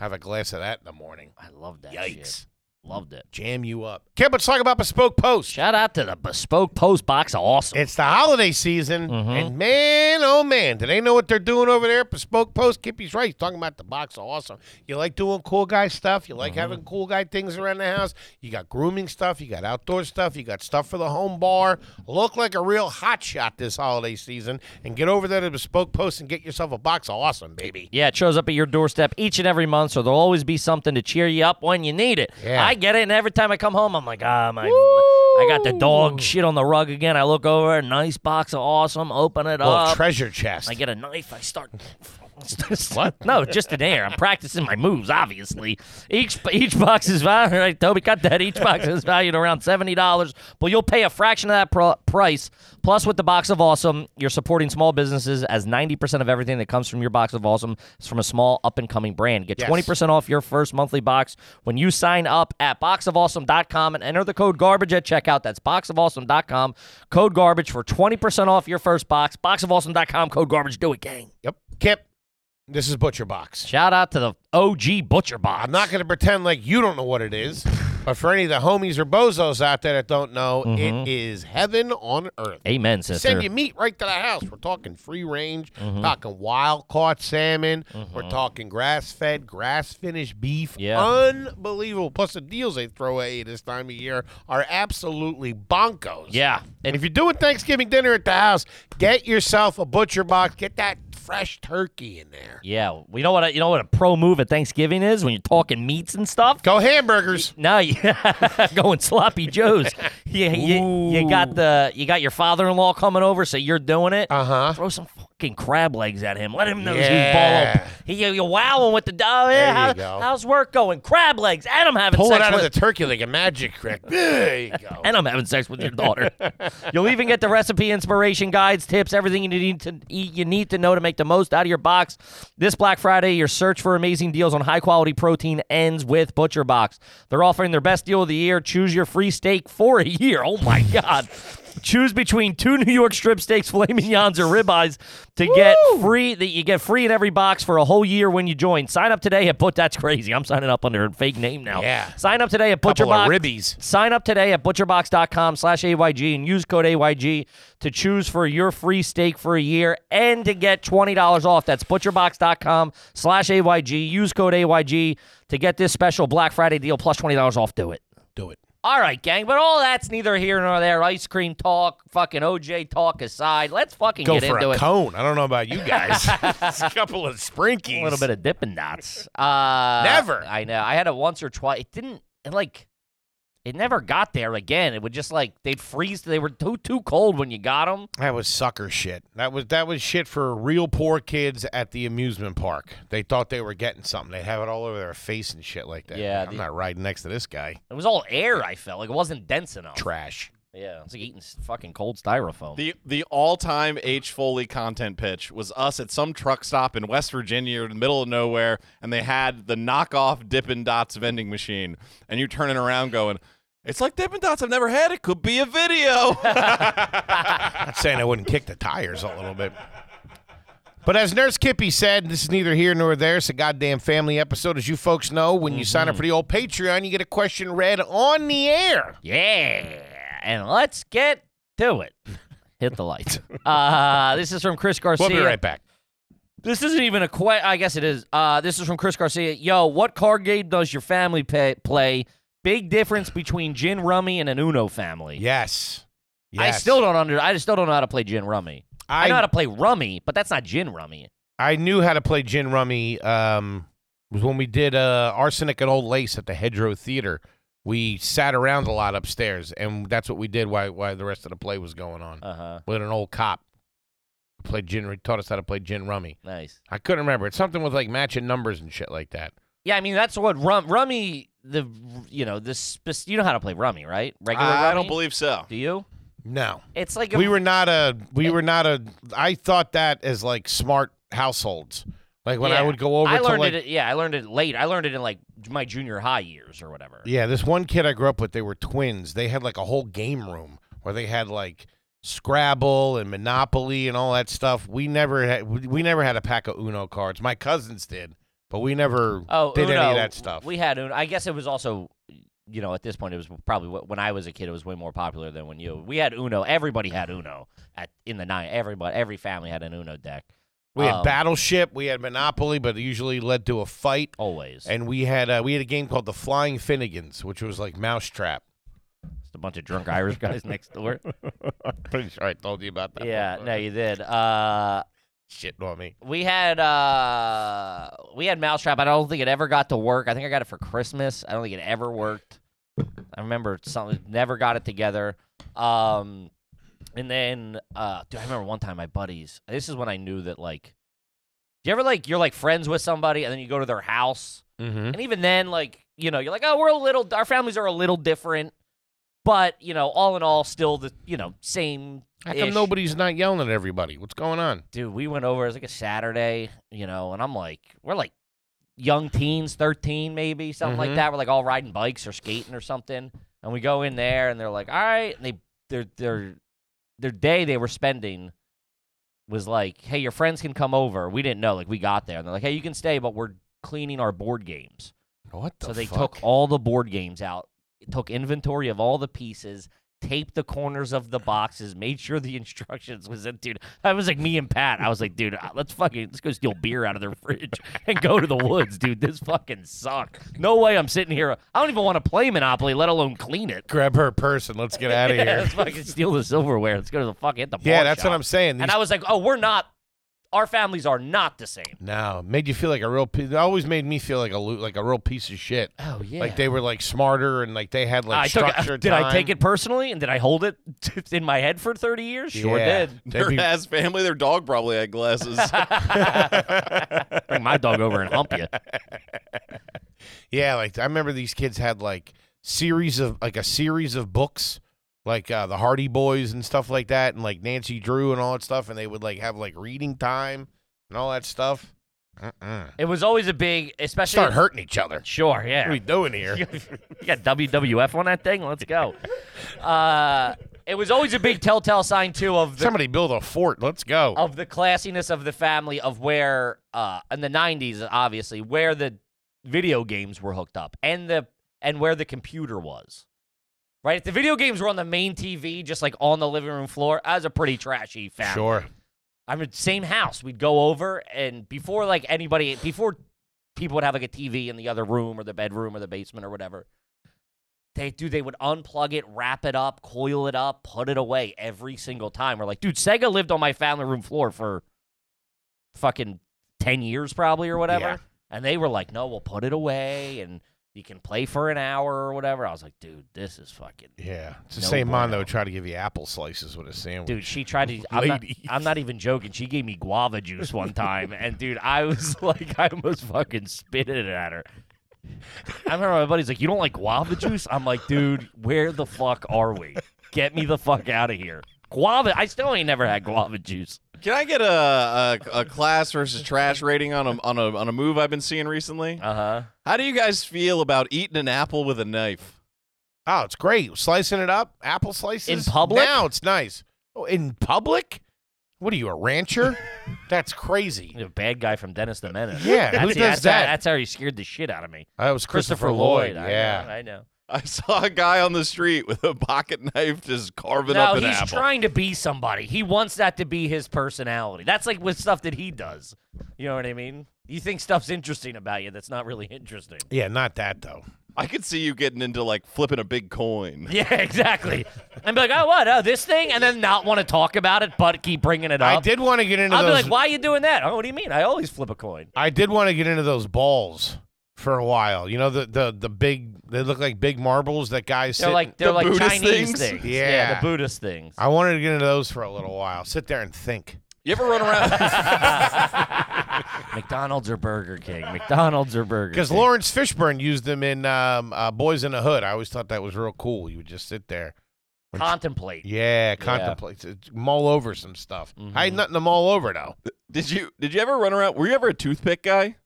Speaker 2: Have a glass of that in the morning.
Speaker 1: I loved that.
Speaker 2: Yikes.
Speaker 1: Shit. Loved it.
Speaker 2: Jam you up. Kemp, let's talk about Bespoke Post.
Speaker 1: Shout out to the bespoke post box of awesome.
Speaker 2: It's the holiday season,
Speaker 1: Mm-hmm.
Speaker 2: and man, oh man, do they know what they're doing over there? Bespoke Post, Kippy's right. He's talking about the box of awesome. You like doing cool guy stuff. You like
Speaker 1: Mm-hmm.
Speaker 2: having cool guy things around the house. You got grooming stuff. You got outdoor stuff. You got stuff for the home bar. Look like a real hot shot this holiday season, and get over there to Bespoke Post and get yourself a box of awesome, baby.
Speaker 1: yeah, it shows up at your doorstep each and every month, so there'll always be something to cheer you up when you need it.
Speaker 2: Yeah.
Speaker 1: I get it, and every time I come home, I'm like, ah, my, I got the dog shit on the rug again. I look over, nice box of awesome, open it
Speaker 2: Little
Speaker 1: up.
Speaker 2: treasure chest.
Speaker 1: uh, I get a knife. I start. what? No, just an air. I'm practicing my moves. Obviously, each each box is valued. all Right, Toby, cut that. Each box is valued around seventy dollars, but you'll pay a fraction of that pro- price. Plus, with the box of awesome, you're supporting small businesses as ninety percent of everything that comes from your box of awesome is from a small up and coming brand. Get
Speaker 2: Yes.
Speaker 1: twenty percent off your first monthly box when you sign up at boxofawesome.com and enter the code garbage at checkout. That's boxofawesome.com, code garbage for twenty percent off your first box. Boxofawesome.com, code garbage. Do it, gang.
Speaker 2: yep. Kip, this is Butcher Box.
Speaker 1: Shout out to the OG Butcher Box.
Speaker 2: I'm not going to pretend like you don't know what it is, but for any of the homies or bozos out there that don't know, it
Speaker 1: Mm-hmm.
Speaker 2: is heaven on earth.
Speaker 1: Amen, sister.
Speaker 2: Send you meat right to the house. We're talking free range,
Speaker 1: Mm-hmm.
Speaker 2: talking wild caught salmon, we're talking grass fed, grass finished beef.
Speaker 1: Yeah.
Speaker 2: Unbelievable. Plus, the deals they throw at you this time of year are absolutely bonkos.
Speaker 1: yeah. It,
Speaker 2: And if you're doing Thanksgiving dinner at the house, get yourself a butcher box. Get that fresh turkey in there.
Speaker 1: yeah. We know what a, you know what a pro move at Thanksgiving is when you're talking meats and stuff.
Speaker 2: Go hamburgers.
Speaker 1: No, yeah, going sloppy joes. You, you, you got the you got your father-in-law coming over, so you're doing it.
Speaker 2: Uh huh.
Speaker 1: Throw some fu- fucking crab legs at him. Let him know he's
Speaker 2: Yeah.
Speaker 1: ball up. He, you- you're wowing with the. Oh, yeah,
Speaker 2: There you
Speaker 1: how-
Speaker 2: go.
Speaker 1: how's work going? Crab legs. And I'm having
Speaker 2: Pull it
Speaker 1: sex
Speaker 2: out
Speaker 1: with.
Speaker 2: of the turkey like a magic trick. There you go.
Speaker 1: and I'm having sex with your daughter. You'll even get the recipe inspiration guides, tips, everything you need to eat, you need to know to make the most out of your box. This Black Friday, your search for amazing deals on high quality protein ends with ButcherBox. They're offering their best deal of the year. Choose your free steak for a year. Oh my God. Choose between two New York strip steaks, filet mignons, or ribeyes to get free that you get free in every box for a whole year when you join. Sign up today at But that's crazy. I'm signing up under a fake name now.
Speaker 2: Yeah.
Speaker 1: Sign up today at
Speaker 2: Couple
Speaker 1: ButcherBox.
Speaker 2: of ribbies.
Speaker 1: Sign up today at butcherbox.com slash AYG and use code AYG to choose for your free steak for a year and to get $20 off. That's butcherbox.com slash AYG. Use code AYG to get this special Black Friday deal plus $20 off. Do it.
Speaker 2: Do it.
Speaker 1: All right, gang, but all that's neither here nor there. Ice cream talk, fucking OJ talk aside. Let's fucking
Speaker 2: Go
Speaker 1: get
Speaker 2: for
Speaker 1: into
Speaker 2: a
Speaker 1: it.
Speaker 2: cone. I don't know about you guys. it's a couple of sprinkies.
Speaker 1: a little bit of Dippin' Dots. Uh,
Speaker 2: Never.
Speaker 1: I know. I had it once or twice. It didn't. It like. It never got there again. It would just like they'd freeze. They were too too cold when you got them.
Speaker 2: That was sucker shit. That was that was shit for real poor kids at the amusement park. They thought they were getting something. They'd have it all over their face and shit like that.
Speaker 1: Yeah,
Speaker 2: Like, I'm
Speaker 1: the-
Speaker 2: not riding next to this guy.
Speaker 1: It was all air. I felt like it wasn't dense enough.
Speaker 2: Trash.
Speaker 1: yeah, it's like eating s- fucking cold styrofoam.
Speaker 4: The the all time H Foley content pitch was us at some truck stop in West Virginia in the middle of nowhere, and they had the knockoff Dippin' Dots vending machine, and you're turning around going, "It's like Dippin' Dots. I've never had. It could be a video."
Speaker 2: Not saying I wouldn't kick the tires a little bit. But as Nurse Kippy said, this is neither here nor there. It's a goddamn family episode. As you folks know, when you
Speaker 1: Mm-hmm.
Speaker 2: sign up for the old Patreon, you get a question read on the air.
Speaker 1: Yeah, and let's get to it. Hit the lights. uh, this is from Chris Garcia.
Speaker 2: We'll be right back.
Speaker 1: This isn't even a question. I guess it is. Uh, this is from Chris Garcia. Yo, what card game does your family pay- play? Big difference between gin rummy and an Uno family.
Speaker 2: Yes.
Speaker 1: I
Speaker 2: Yes.
Speaker 1: still don't under. I just still don't know how to play gin rummy. I, know how to play rummy, but that's not gin rummy.
Speaker 2: I knew how to play gin rummy. Um, was when we did uh, arsenic and old lace at the Hedgerow Theater. We sat around a lot upstairs, and that's what we did. While while the rest of the play was going on
Speaker 1: Uh huh.
Speaker 2: with an old cop. Played gin. Taught us how to play gin rummy.
Speaker 1: Nice.
Speaker 2: I couldn't remember. It's something with like matching numbers and shit like that.
Speaker 1: Yeah, I mean that's what rum rummy. The you know this spec- you know how to play rummy, right? Regular.
Speaker 4: I don't
Speaker 1: rummy?
Speaker 4: believe so.
Speaker 1: Do you?
Speaker 2: No,
Speaker 1: It's like a,
Speaker 2: we were not a. We were not a. I thought that as like smart households. Like when I
Speaker 1: Yeah.
Speaker 2: would go over
Speaker 1: I
Speaker 2: to
Speaker 1: learned
Speaker 2: like
Speaker 1: it. Yeah, I learned it late. I learned it in like my junior high years or whatever.
Speaker 2: Yeah, this one kid I grew up with, they were twins. They had like a whole game room where they had like Scrabble and Monopoly and all that stuff. We never had we we never had a pack of Uno cards. My cousins did, but we never
Speaker 1: Oh,
Speaker 2: did any
Speaker 1: Uno.
Speaker 2: of that stuff.
Speaker 1: We had Uno. I guess it was also, you know, at this point it was probably wh- when I was a kid it was way more popular than when you. We had Uno. Everybody had Uno at in the nine. Everybody, every family had an Uno deck
Speaker 2: We had
Speaker 1: um,
Speaker 2: Battleship, we had Monopoly, but it usually led to a fight.
Speaker 1: always.
Speaker 2: And we had uh, we had a game called the Flying Finnegans, which was like Mousetrap.
Speaker 1: Just a bunch of drunk Irish guys next door.
Speaker 2: Pretty sure I told you about that.
Speaker 1: Yeah,
Speaker 2: before.
Speaker 1: no, you did. Uh,
Speaker 2: shitting on me.
Speaker 1: we had uh, we had Mousetrap. I don't think it ever got to work. I think I got it for Christmas. I don't think it ever worked. I remember something never got it together. Um, and then uh, dude, I remember one time my buddies. This is when I knew that like, do you ever like you're like friends with somebody and then you go to their house
Speaker 2: Mm-hmm.
Speaker 1: and even then, like, you know, you're like, oh, we're a little, our families are a little different. But, you know, all in all, still the, you know, same.
Speaker 2: How come nobody's not yelling at everybody? What's going on?
Speaker 1: Dude, we went over, it was like a Saturday, you know, and I'm like, we're like young teens, 13 maybe, something
Speaker 2: Mhm.
Speaker 1: like that. We're like all riding bikes or skating or something. And we go in there and they're like, all right. And they, their, their, their day they were spending was like, hey, your friends can come over. We didn't know. Like, we got there and they're like, hey, you can stay, but we're cleaning our board games
Speaker 2: What the
Speaker 1: so they
Speaker 2: fuck?
Speaker 1: took all the board games out, took inventory of all the pieces, taped the corners of the boxes, made sure the instructions was in. Dude, I was like me and Pat. I was like, dude, uh, let's fucking let's go steal beer out of their fridge and go to the woods, dude. This fucking sucks. No way I'm sitting here. I don't even want to play Monopoly, let alone clean it.
Speaker 2: grab her purse and let's get out of
Speaker 1: Yeah,
Speaker 2: here.
Speaker 1: let's fucking steal the silverware. Let's go to the fucking hit the
Speaker 2: yeah,
Speaker 1: pawn
Speaker 2: that's
Speaker 1: shop.
Speaker 2: what I'm saying. These,
Speaker 1: And I was like, oh, we're not Our families are not the same.
Speaker 2: No, made you feel like a real. pe- It always made me feel like a lo- like a real piece of shit.
Speaker 1: Oh yeah.
Speaker 2: Like they were like smarter and like they had like
Speaker 1: I took it-
Speaker 2: structure.
Speaker 1: did I take it personally and did I hold it in my head for 30 years? Sure
Speaker 2: Yeah.
Speaker 1: did.
Speaker 2: They'd
Speaker 4: Their
Speaker 2: be-
Speaker 4: ass family, their dog probably had glasses.
Speaker 1: Bring my dog over and hump you.
Speaker 2: yeah, like I remember these kids had like series of like a series of books, like uh, the Hardy Boys and stuff like that, and like Nancy Drew and all that stuff, and they would like have like reading time and all that stuff. Mm-mm.
Speaker 1: It was always a big, especially.
Speaker 2: Start hurting each other.
Speaker 1: Sure,
Speaker 2: What
Speaker 1: yeah.
Speaker 2: are we doing here?
Speaker 1: you got WWF on that thing? Let's go. Uh, it was always a big telltale sign too of the
Speaker 2: Somebody build a fort. Let's go.
Speaker 1: of the classiness of the family of where uh, in the '90s, obviously, where the video games were hooked up and the and where the computer was. Right, if the video games were on the main TV, just like on the living room floor, I was a pretty trashy family.
Speaker 2: Sure.
Speaker 1: I'm in the same house. We'd go over, and before like anybody, before people would have like a TV in the other room or the bedroom or the basement or whatever, they do. They would unplug it, wrap it up, coil it up, put it away every single time. We're like, dude, Sega lived on my family room floor for fucking ten years probably or whatever,
Speaker 2: Yeah.
Speaker 1: and they were like, no, we'll put it away and. You can play for an hour or whatever. I was like, dude, this is fucking.
Speaker 2: Yeah, it's the
Speaker 1: No
Speaker 2: same mom that
Speaker 1: bueno.
Speaker 2: would try to give you apple slices with a sandwich.
Speaker 1: Dude, she tried to. I'm not,
Speaker 2: Ladies.
Speaker 1: I'm not even joking. She gave me guava juice one time, and dude, I was like, I almost fucking spit it at her. I remember my buddy's like, "You don't like guava juice?" I'm like, "Dude, where the fuck are we? Get me the fuck out of here!" Guava. I still ain't never had guava juice.
Speaker 4: Can I get a, a a class versus trash rating on a on a on a move I've been seeing recently?
Speaker 1: Uh
Speaker 2: Uh-huh.
Speaker 1: huh.
Speaker 4: How do you guys feel about eating an apple with a knife?
Speaker 2: oh, it's great slicing it up, apple slices
Speaker 1: In public?
Speaker 2: Now it's nice. Oh, in public? What are you, a rancher? that's crazy.
Speaker 1: Bad guy from Dennis the Menace.
Speaker 2: Yeah, who
Speaker 1: that's,
Speaker 2: does
Speaker 1: that's how-
Speaker 2: that?
Speaker 1: that's how he scared the shit out of me.
Speaker 2: That was
Speaker 1: Christopher,
Speaker 2: Christopher,
Speaker 1: Lloyd. I know,
Speaker 2: Yeah,
Speaker 1: I know.
Speaker 4: I saw a guy on the street with a pocket knife just carving
Speaker 1: no,
Speaker 4: up an
Speaker 1: he's
Speaker 4: apple.
Speaker 1: trying to be somebody. He wants that to be his personality. That's like with stuff that he does. You know what I mean? You think stuff's interesting about you that's not really interesting.
Speaker 2: yeah, not that though.
Speaker 4: I could see you getting into like flipping a big coin.
Speaker 1: Yeah, exactly. And be like, oh, what? Oh, this thing? And then not want to talk about it, but keep bringing it up.
Speaker 2: I did want to get into
Speaker 1: I'll be
Speaker 2: those.
Speaker 1: like, why are you doing that? Oh, what do you mean? I always flip a coin.
Speaker 2: I did want to get into those balls for a while. You know the the the big. They look like big marbles that guys.
Speaker 1: They're
Speaker 2: sit-
Speaker 1: like they're like
Speaker 4: Buddhist
Speaker 1: Chinese
Speaker 4: things?
Speaker 1: things.
Speaker 2: Yeah.
Speaker 1: the Buddhist things.
Speaker 2: I wanted to get into those for a little while. Sit there and think.
Speaker 4: You ever run around?
Speaker 1: McDonald's or Burger King. McDonald's or Burger
Speaker 2: Because
Speaker 1: King.
Speaker 2: Lawrence Fishburne used them in um, uh, Boys in the Hood. I always thought that was real cool. You would just sit there.
Speaker 1: Contemplate.
Speaker 2: Yeah, contemplate, uh, mull over some stuff.
Speaker 1: Mm-hmm.
Speaker 2: I had nothing to mull over though.
Speaker 4: did you did you ever run around? Were you ever a toothpick guy?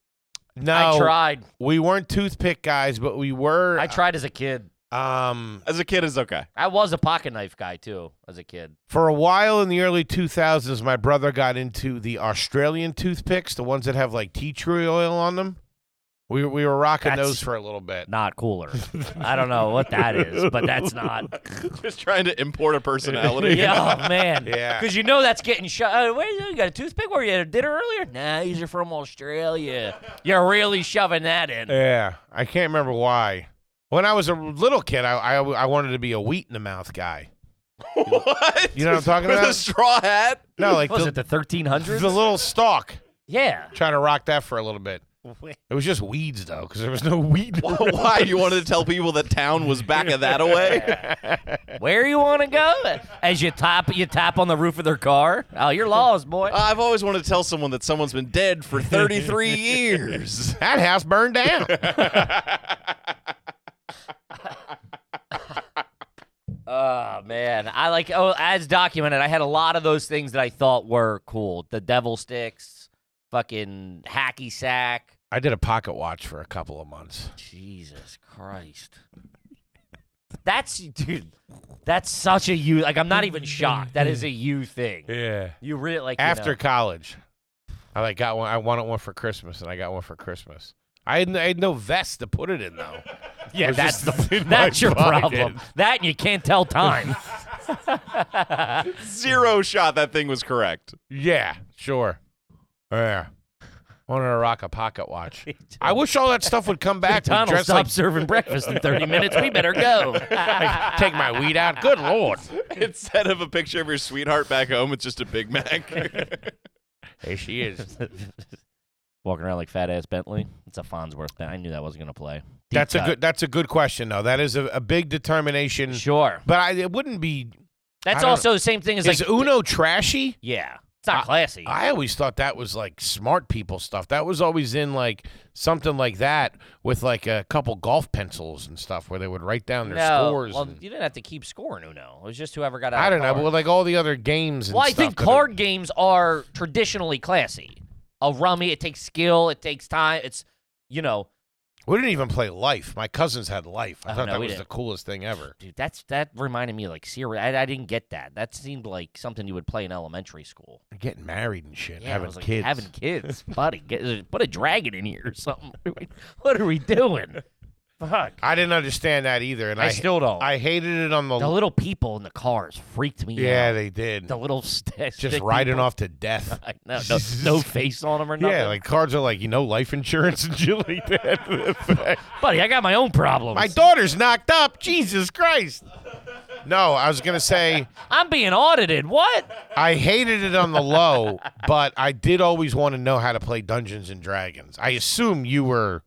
Speaker 2: No, Uh,
Speaker 1: I tried.
Speaker 2: we weren't toothpick guys, but we were.
Speaker 1: I tried as a kid.
Speaker 2: Um,
Speaker 4: As a kid, it's okay.
Speaker 1: I was a pocket knife guy too as a kid.
Speaker 2: for a while in the early 2000s, my brother got into the Australian toothpicks, the ones that have like tea tree oil on them. We we were rocking
Speaker 1: That's-
Speaker 2: those for a little bit.
Speaker 1: Not cooler. I don't know what that is, but that's not.
Speaker 4: Just trying to import a personality.
Speaker 1: Yeah, oh, man.
Speaker 2: Yeah.
Speaker 1: Because you know that's getting shut. Oh, where you, you got a toothpick? Where you had a dinner earlier? Nah, these are from Australia. You're really shoving that in.
Speaker 2: Yeah, I can't remember why. When I was a little kid, I I, I wanted to be a wheat in the mouth guy.
Speaker 4: what?
Speaker 2: You know what I'm talking
Speaker 4: With a
Speaker 2: about?
Speaker 4: straw hat?
Speaker 2: No, like
Speaker 1: was
Speaker 2: the,
Speaker 1: it the 1300s?
Speaker 2: the little stalk.
Speaker 1: yeah.
Speaker 2: Trying to rock that for a little bit. It was just weeds though, because there was no weed.
Speaker 4: Why- Why you wanted to tell people that town was back of that away?
Speaker 1: Where you want to go? As you tap, you tap on the roof of their car. Oh, you're lost, boy.
Speaker 2: Uh,
Speaker 4: Uh, I've always wanted to tell someone that someone's been dead for 33 years.
Speaker 2: That house burned down.
Speaker 1: Oh man, I like oh as documented. I had a lot of those things that I thought were cool. The devil sticks, fucking hacky sack.
Speaker 2: I did a pocket watch for a couple of months.
Speaker 1: Jesus Christ, that's dude. That's such a you. Like I'm not even shocked. That is a you thing.
Speaker 2: Yeah.
Speaker 1: You really like you
Speaker 2: After
Speaker 1: know.
Speaker 2: college, I like got one. I wanted one for Christmas, and I got one for Christmas. I had, I had no vest to put it in though.
Speaker 1: yeah,
Speaker 2: was
Speaker 1: that's
Speaker 2: just
Speaker 1: the
Speaker 2: in my
Speaker 1: that's your
Speaker 2: pocket.
Speaker 1: problem. That and you can't tell time.
Speaker 4: Zero shot that thing was correct.
Speaker 2: Yeah, sure. Yeah. Wanted to rock a pocket watch. I wish all that stuff would come back. We
Speaker 1: Donald,
Speaker 2: dress
Speaker 1: stop
Speaker 2: like,
Speaker 1: serving breakfast in 30 minutes. We better go.
Speaker 2: like, take my weed out. Good lord.
Speaker 4: Instead of a picture of your sweetheart back home, it's just a Big Mac.
Speaker 2: There she is.
Speaker 1: Walking around like fat ass Bentley. It's a Fonsworth. I knew that wasn't gonna play. Deep
Speaker 2: that's a
Speaker 1: cut.
Speaker 2: good. That's a good question, though. That is a, a big determination.
Speaker 1: Sure.
Speaker 2: But I, it wouldn't be.
Speaker 1: That's
Speaker 2: don't-
Speaker 1: also the same thing as
Speaker 2: Is
Speaker 1: like
Speaker 2: Uno trashy?
Speaker 1: Yeah, it's not classy.
Speaker 2: I always thought that was like smart people stuff. That was always in like something like that with like a couple golf pencils and stuff where they would write down their
Speaker 1: no,
Speaker 2: scores.
Speaker 1: well,
Speaker 2: and-
Speaker 1: you didn't have to keep scoring Uno. It was just whoever got out.
Speaker 2: I
Speaker 1: of
Speaker 2: don't know,
Speaker 1: card.
Speaker 2: but with like all the other games and
Speaker 1: Well, I
Speaker 2: stuff.
Speaker 1: think
Speaker 2: that are-
Speaker 1: card games are traditionally classy. A rummy, it takes skill, it takes time. It's you know,
Speaker 2: we didn't even play life. My cousins had life. I
Speaker 1: Oh,
Speaker 2: thought
Speaker 1: no,
Speaker 2: that
Speaker 1: we
Speaker 2: was
Speaker 1: didn't.
Speaker 2: the coolest thing ever.
Speaker 1: dude, that's that reminded me of, like serious. I, I didn't get that. That seemed like something you would play in elementary school.
Speaker 2: Getting married and shit,
Speaker 1: Yeah, I
Speaker 2: having
Speaker 1: was like,
Speaker 2: kids.
Speaker 1: having kids, buddy. Get, put a dragon in here or something. what are we doing? Fuck.
Speaker 2: I didn't understand that either, and
Speaker 1: I,
Speaker 2: I
Speaker 1: still don't.
Speaker 2: I hated it on the.
Speaker 1: the little people in the cars freaked me out.
Speaker 2: yeah, they did.
Speaker 1: the little st-
Speaker 2: Just
Speaker 1: stick
Speaker 2: riding
Speaker 1: people.
Speaker 2: off to death.
Speaker 1: I know, no, no face on them or nothing.
Speaker 2: Yeah, like cards are like you know life insurance and shit like that.
Speaker 1: buddy, I got my own problems.
Speaker 2: My daughter's knocked up. Jesus Christ. No, I was gonna say
Speaker 1: I'm being audited. What?
Speaker 2: I hated it on the low, but I did always want to know how to play Dungeons and Dragons. I assume you were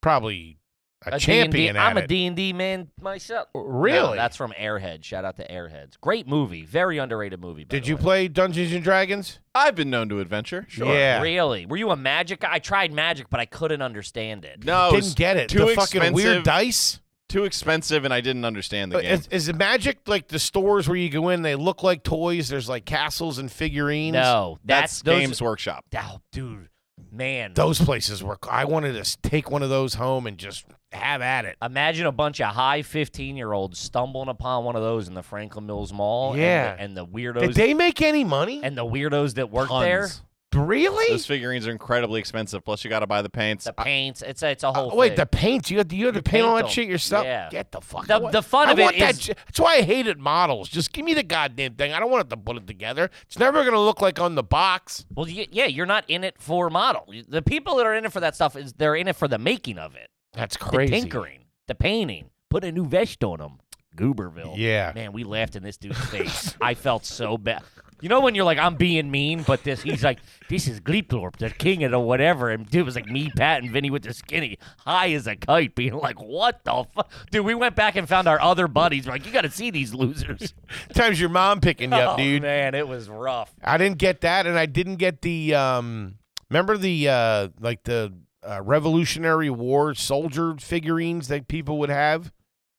Speaker 2: probably a, champion
Speaker 1: D&D.
Speaker 2: at
Speaker 1: I'm
Speaker 2: it. Oh,
Speaker 1: a D&D man myself.
Speaker 2: Really?
Speaker 1: No, that's from Airhead. Shout out to Airheads. Great movie. Very underrated movie. by
Speaker 2: did
Speaker 1: the
Speaker 2: you
Speaker 1: way.
Speaker 2: play Dungeons and Dragons?
Speaker 4: I've been known to adventure. Sure.
Speaker 2: Yeah.
Speaker 1: Really? Were you a magic guy? I tried magic, but I couldn't understand it.
Speaker 4: No, it was
Speaker 2: Didn't get it.
Speaker 4: Too
Speaker 2: the
Speaker 4: expensive.
Speaker 2: fucking weird dice.
Speaker 4: too expensive, and I didn't understand the game.
Speaker 2: Uh, Is, is the magic like the stores where you go in? They look like toys. There's like castles and figurines.
Speaker 1: No, that's,
Speaker 4: That's,
Speaker 1: those,
Speaker 4: Games Workshop.
Speaker 1: Oh, dude, man.
Speaker 2: Those places were. I wanted to s- take one of those home and just have at it.
Speaker 1: Imagine a bunch of high 15 year olds stumbling upon one of those in the Franklin Mills Mall. and the-
Speaker 2: Yeah.
Speaker 1: And the,
Speaker 2: Did
Speaker 1: weirdos
Speaker 2: they make any money?
Speaker 1: and the weirdos that work
Speaker 4: Tons.
Speaker 1: there.
Speaker 2: Really?
Speaker 4: Those figurines are incredibly expensive. Plus, you got to buy the paints.
Speaker 1: The paints. It's a, it's a whole
Speaker 2: Oh, wait,
Speaker 1: thing.
Speaker 2: the paint. You had to, you had to paint,
Speaker 1: paint
Speaker 2: all that
Speaker 1: them.
Speaker 2: shit yourself.
Speaker 1: Yeah.
Speaker 2: Get the fuck.
Speaker 1: The-
Speaker 2: away.
Speaker 1: the fun
Speaker 2: I
Speaker 1: of it
Speaker 2: want that
Speaker 1: is-
Speaker 2: sh- that's why I hated models. Just give me the goddamn thing. I don't want it to put it together. It's never gonna look like on the box.
Speaker 1: Well, y- yeah, you're not in it for model. Y- The people that are in it for that stuff is they're in it for the making of it,
Speaker 2: That's
Speaker 1: the
Speaker 2: crazy.
Speaker 1: tinkering, the painting. Put a new vest on them. Gooberville.
Speaker 2: Yeah.
Speaker 1: Man, we laughed in this dude's face. I felt so bad. You know when you're like, I'm being mean, but this he's like, this is Gleeplorp, the king of the whatever, and dude it was like me, Pat, and Vinny with the skinny, high as a kite, being like, what the fuck, dude? We went back and found our other buddies. We're like, you got to see these losers.
Speaker 2: Times your mom picking you
Speaker 1: oh
Speaker 2: up, dude.
Speaker 1: man, it was rough.
Speaker 2: I didn't get that, and I didn't get the. Um, remember the uh, like the uh, Revolutionary War soldier figurines that people would have.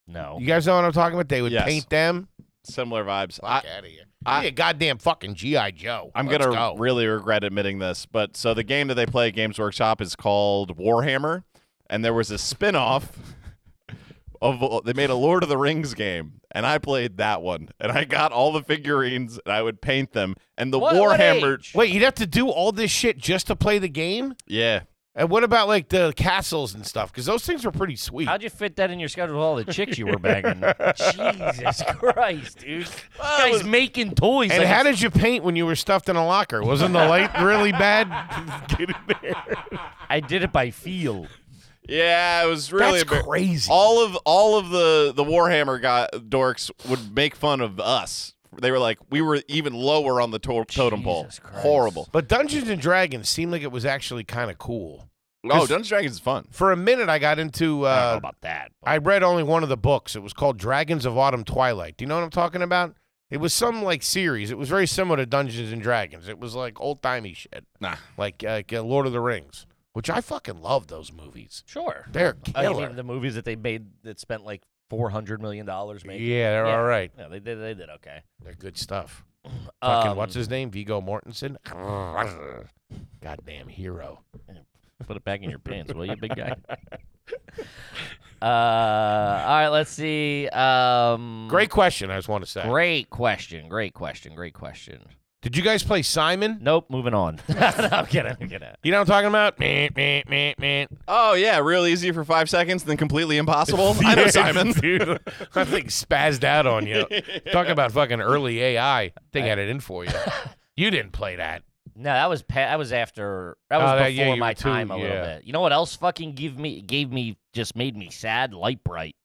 Speaker 1: No,
Speaker 2: You guys know what I'm talking about? They would
Speaker 4: Yes.
Speaker 2: paint them.
Speaker 4: Similar vibes.
Speaker 2: Fuck
Speaker 4: I,
Speaker 2: out of here.
Speaker 4: I-
Speaker 2: Be a goddamn fucking GI Joe.
Speaker 4: I'm
Speaker 2: Let's
Speaker 4: gonna
Speaker 2: go.
Speaker 4: really regret admitting this, but so the game that they play at Games Workshop is called Warhammer, and there was a spin-off of they made a Lord of the Rings game, and I played that one, and I got all the figurines, and I would paint them, and the
Speaker 1: What- what
Speaker 4: Warhammer,
Speaker 1: age?
Speaker 2: Wait, you'd have to do all this shit just to play the game?
Speaker 4: yeah,
Speaker 2: And what about like the castles and stuff? Because those things were pretty sweet.
Speaker 1: How'd you fit that in your schedule with all the chicks you were banging? Jesus Christ, dude. This guy's making toys.
Speaker 2: and
Speaker 1: like
Speaker 2: how
Speaker 1: it's-
Speaker 2: did you paint when you were stuffed in a locker? Wasn't the light really bad? Get in there.
Speaker 1: I did it by feel.
Speaker 4: yeah, it was really
Speaker 2: That's
Speaker 4: embar-
Speaker 2: crazy.
Speaker 4: all of all of the the Warhammer guy, dorks would make fun of us. They were like we were even lower on the to- totem pole.
Speaker 1: Jesus Christ.
Speaker 4: Horrible.
Speaker 2: but Dungeons and Dragons seemed like it was actually kind of cool.
Speaker 4: Oh, Dungeons and Dragons is fun.
Speaker 2: For a minute, I got into.
Speaker 1: I don't
Speaker 4: Uh-huh.
Speaker 1: know
Speaker 2: Uh,
Speaker 1: about that. but-
Speaker 2: I read only one of the books. It was called Dragons of Autumn Twilight. Do you know what I'm talking about? It was some like series. It was very similar to Dungeons and Dragons. It was like old timey shit,
Speaker 4: Nah.
Speaker 2: like like uh, Lord of the Rings, which I fucking love those movies.
Speaker 1: sure.
Speaker 2: They're
Speaker 1: I mean,
Speaker 2: killer.
Speaker 1: the movies that they made that spent like $400 million making.
Speaker 2: yeah, they're
Speaker 1: Yeah.
Speaker 2: all right.
Speaker 1: Yeah, they did, they did okay.
Speaker 2: They're good stuff. Fucking
Speaker 1: Um,
Speaker 2: what's his name? Vigo Mortensen. Goddamn hero.
Speaker 1: Put it back in your pants, will you, big guy? uh, all right, let's see. Um,
Speaker 2: Great question. I just want to say.
Speaker 1: Great question. Great question. Great question.
Speaker 2: Did you guys play Simon?
Speaker 1: Nope, moving on. no, I'm kidding. I'm kidding.
Speaker 2: You know what I'm talking about? Meh, meh, meh, meh.
Speaker 4: Oh yeah, real easy for five seconds, then completely impossible. I know
Speaker 2: Yeah,
Speaker 4: Simon.
Speaker 2: dude. That thing spazzed out on you. Talking about fucking early AI. Thing had it in for you. You didn't play that.
Speaker 1: No, that was pa- that was after that was
Speaker 2: Oh, that-
Speaker 1: before
Speaker 2: yeah, you were
Speaker 1: my
Speaker 2: too-
Speaker 1: time a little
Speaker 2: yeah.
Speaker 1: bit. You know what else fucking gave me gave me just made me sad? Light bright.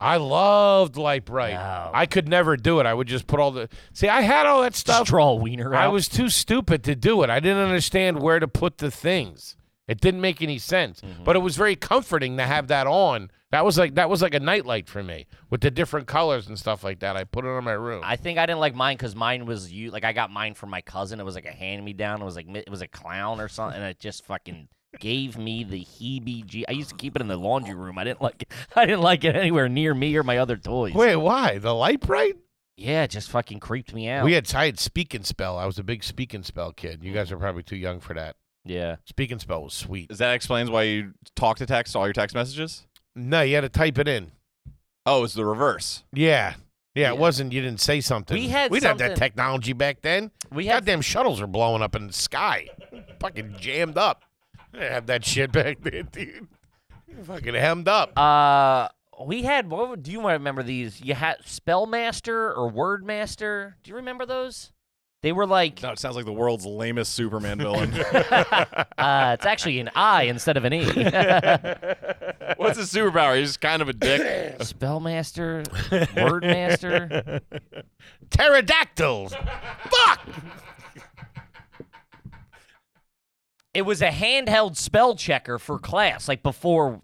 Speaker 2: I loved Light Bright.
Speaker 1: No.
Speaker 2: I could never do it. I would just put all the see. I had all that stuff.
Speaker 1: Just draw a wiener out.
Speaker 2: I was too stupid to do it. I didn't understand where to put the things. It didn't make any sense. But it was very comforting to have that on. That was like that was like a nightlight for me with the different colors and stuff like that. I put it on my room.
Speaker 1: I think I didn't like mine because mine was you. Like I got mine from my cousin. It was like a hand me down. It was like mi- it was a clown or something. And it just fucking gave me the heebie. I used to keep it in the laundry room. I didn't like. It. I didn't like it anywhere near me or my other toys.
Speaker 2: Wait, why the Light Bright?
Speaker 1: Yeah, it just fucking creeped me out.
Speaker 2: We had I had Speak and Spell. I was a big Speak and Spell kid. You guys are probably too young for that.
Speaker 1: yeah.
Speaker 2: Speak and Spell was sweet.
Speaker 4: Is that explains why you talk to text all your text messages?
Speaker 2: No, you had to type it in.
Speaker 4: Oh, it's the reverse.
Speaker 2: Yeah. Yeah,
Speaker 1: Yeah.
Speaker 2: it wasn't. You didn't say something.
Speaker 1: We had
Speaker 2: we didn't have that
Speaker 1: something-
Speaker 2: technology back then.
Speaker 1: We had
Speaker 2: Goddamn shuttles are blowing up in the sky, fucking jammed up. I didn't have that shit back then, dude. Fucking hemmed up.
Speaker 1: Uh, we had. What would- do you remember these? You had Spellmaster or Wordmaster. Do you remember those? They were like.
Speaker 4: No, it sounds like the world's lamest Superman villain.
Speaker 1: uh, it's actually an I instead of an E.
Speaker 4: What's his superpower? He's just kind of a dick.
Speaker 1: Spellmaster, Wordmaster.
Speaker 2: Pterodactyls.
Speaker 1: It was a handheld spell checker for class, like before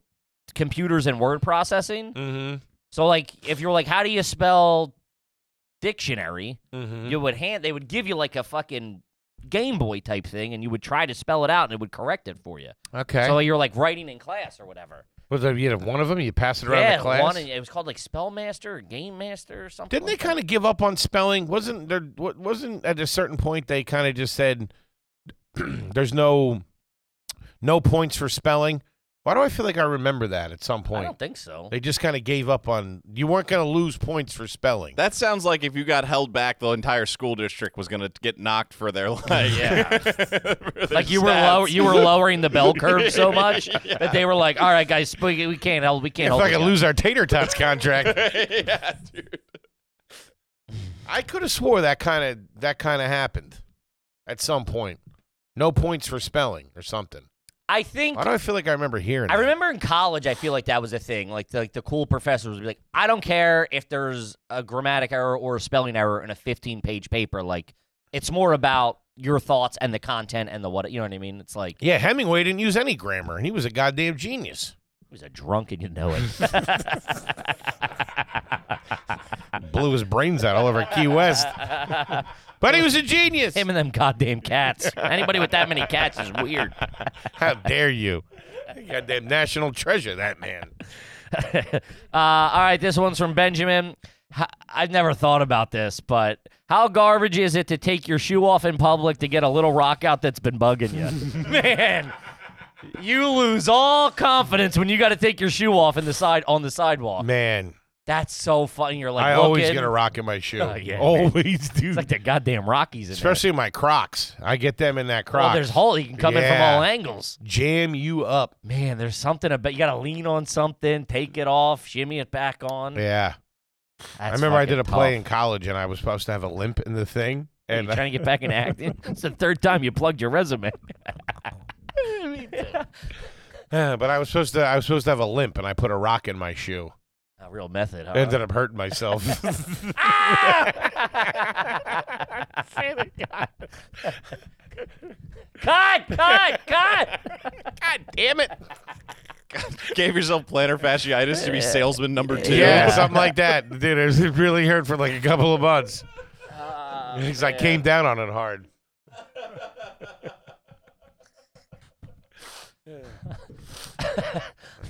Speaker 1: computers and word processing.
Speaker 2: Mm-hmm.
Speaker 1: So, like, if you're like, how do you spell dictionary?
Speaker 2: Mm-hmm.
Speaker 1: You would hand. They would give you like a fucking Game Boy type thing, and you would try to spell it out, and it would correct it for you.
Speaker 2: Okay.
Speaker 1: So you're like writing in class or whatever.
Speaker 2: was there, you had one of them? You pass it around
Speaker 1: yeah,
Speaker 2: the class.
Speaker 1: one. It was called like Spellmaster or Game Master or something.
Speaker 2: Didn't they kind of give up on spelling? Wasn't there? wa- Wasn't at a certain point they kind of just said, "There's no, no points for spelling." Why do I feel like I remember that at some
Speaker 1: I
Speaker 2: point?
Speaker 1: don't think so.
Speaker 2: They just kind of gave up on you weren't going to lose points for spelling.
Speaker 4: That sounds like if you got held back, the entire school district was gonna get knocked for their like, yeah,
Speaker 1: like you were lower, you were lowering the bell curve so much that they were like, "All right, guys, sp- we can't help, we can't
Speaker 2: if
Speaker 1: help."
Speaker 2: I could
Speaker 1: you."
Speaker 2: lose our tater tots contract,
Speaker 4: yeah, dude.
Speaker 2: I could have swore that kind of that kind of happened at some point. No points for spelling or something.
Speaker 1: I think
Speaker 2: Why do I feel like I remember hearing?
Speaker 1: I
Speaker 2: that?
Speaker 1: remember in college, I feel like that was a thing. Like the, like the cool professors would be like, "I don't care if there's a grammatic error or a spelling error in a 15-page paper. Like it's more about your thoughts and the content and the what. You know what I mean? It's like
Speaker 2: Yeah, Hemingway didn't use any grammar, and he was a goddamn genius.
Speaker 1: he was a drunk and you know it.
Speaker 2: blew his brains out all over Key West. But he was a genius.
Speaker 1: Him and them goddamn cats. Anybody with that many cats is weird.
Speaker 2: How dare you? Goddamn national treasure, that man.
Speaker 1: uh, all right, this one's from Benjamin. H- I've never thought about this, but how garbage is it to take your shoe off in public to get a little rock out that's been bugging you? man, you lose all confidence when you got to take your shoe off in the side on the sidewalk.
Speaker 2: Man,
Speaker 1: That's so funny. You're like,
Speaker 2: I always
Speaker 1: looking.
Speaker 2: get a rock in my shoe.
Speaker 1: Oh, yeah,
Speaker 2: always,
Speaker 1: It's
Speaker 2: dude.
Speaker 1: like the goddamn Rockies in
Speaker 2: Especially my Crocs. I get them in that
Speaker 1: there. Well,
Speaker 2: Crocs.
Speaker 1: there's hole. You can come in from
Speaker 2: Yeah.
Speaker 1: all angles.
Speaker 2: Jam you up.
Speaker 1: Man, there's something about you got to lean on something, take it off, shimmy it back on.
Speaker 2: Yeah. I
Speaker 1: That's
Speaker 2: remember I did
Speaker 1: fucking
Speaker 2: a play
Speaker 1: tough.
Speaker 2: in college, and I was supposed to have a limp in the thing.
Speaker 1: Are
Speaker 2: And
Speaker 1: you trying to get back in acting? it's the third time you plugged your resume.
Speaker 2: but I was supposed to I was supposed to have a limp, and I put a rock in my shoe.
Speaker 1: A real method, huh?
Speaker 2: I ended up hurting myself.
Speaker 1: Ah! cut! Cut! Cut!
Speaker 2: God damn it!
Speaker 4: Gave yourself plantar fasciitis to be salesman number two.
Speaker 2: Yeah, something like that. Dude, it was- it really hurt for like a couple of months. Because
Speaker 1: Oh,
Speaker 2: I came down on it hard.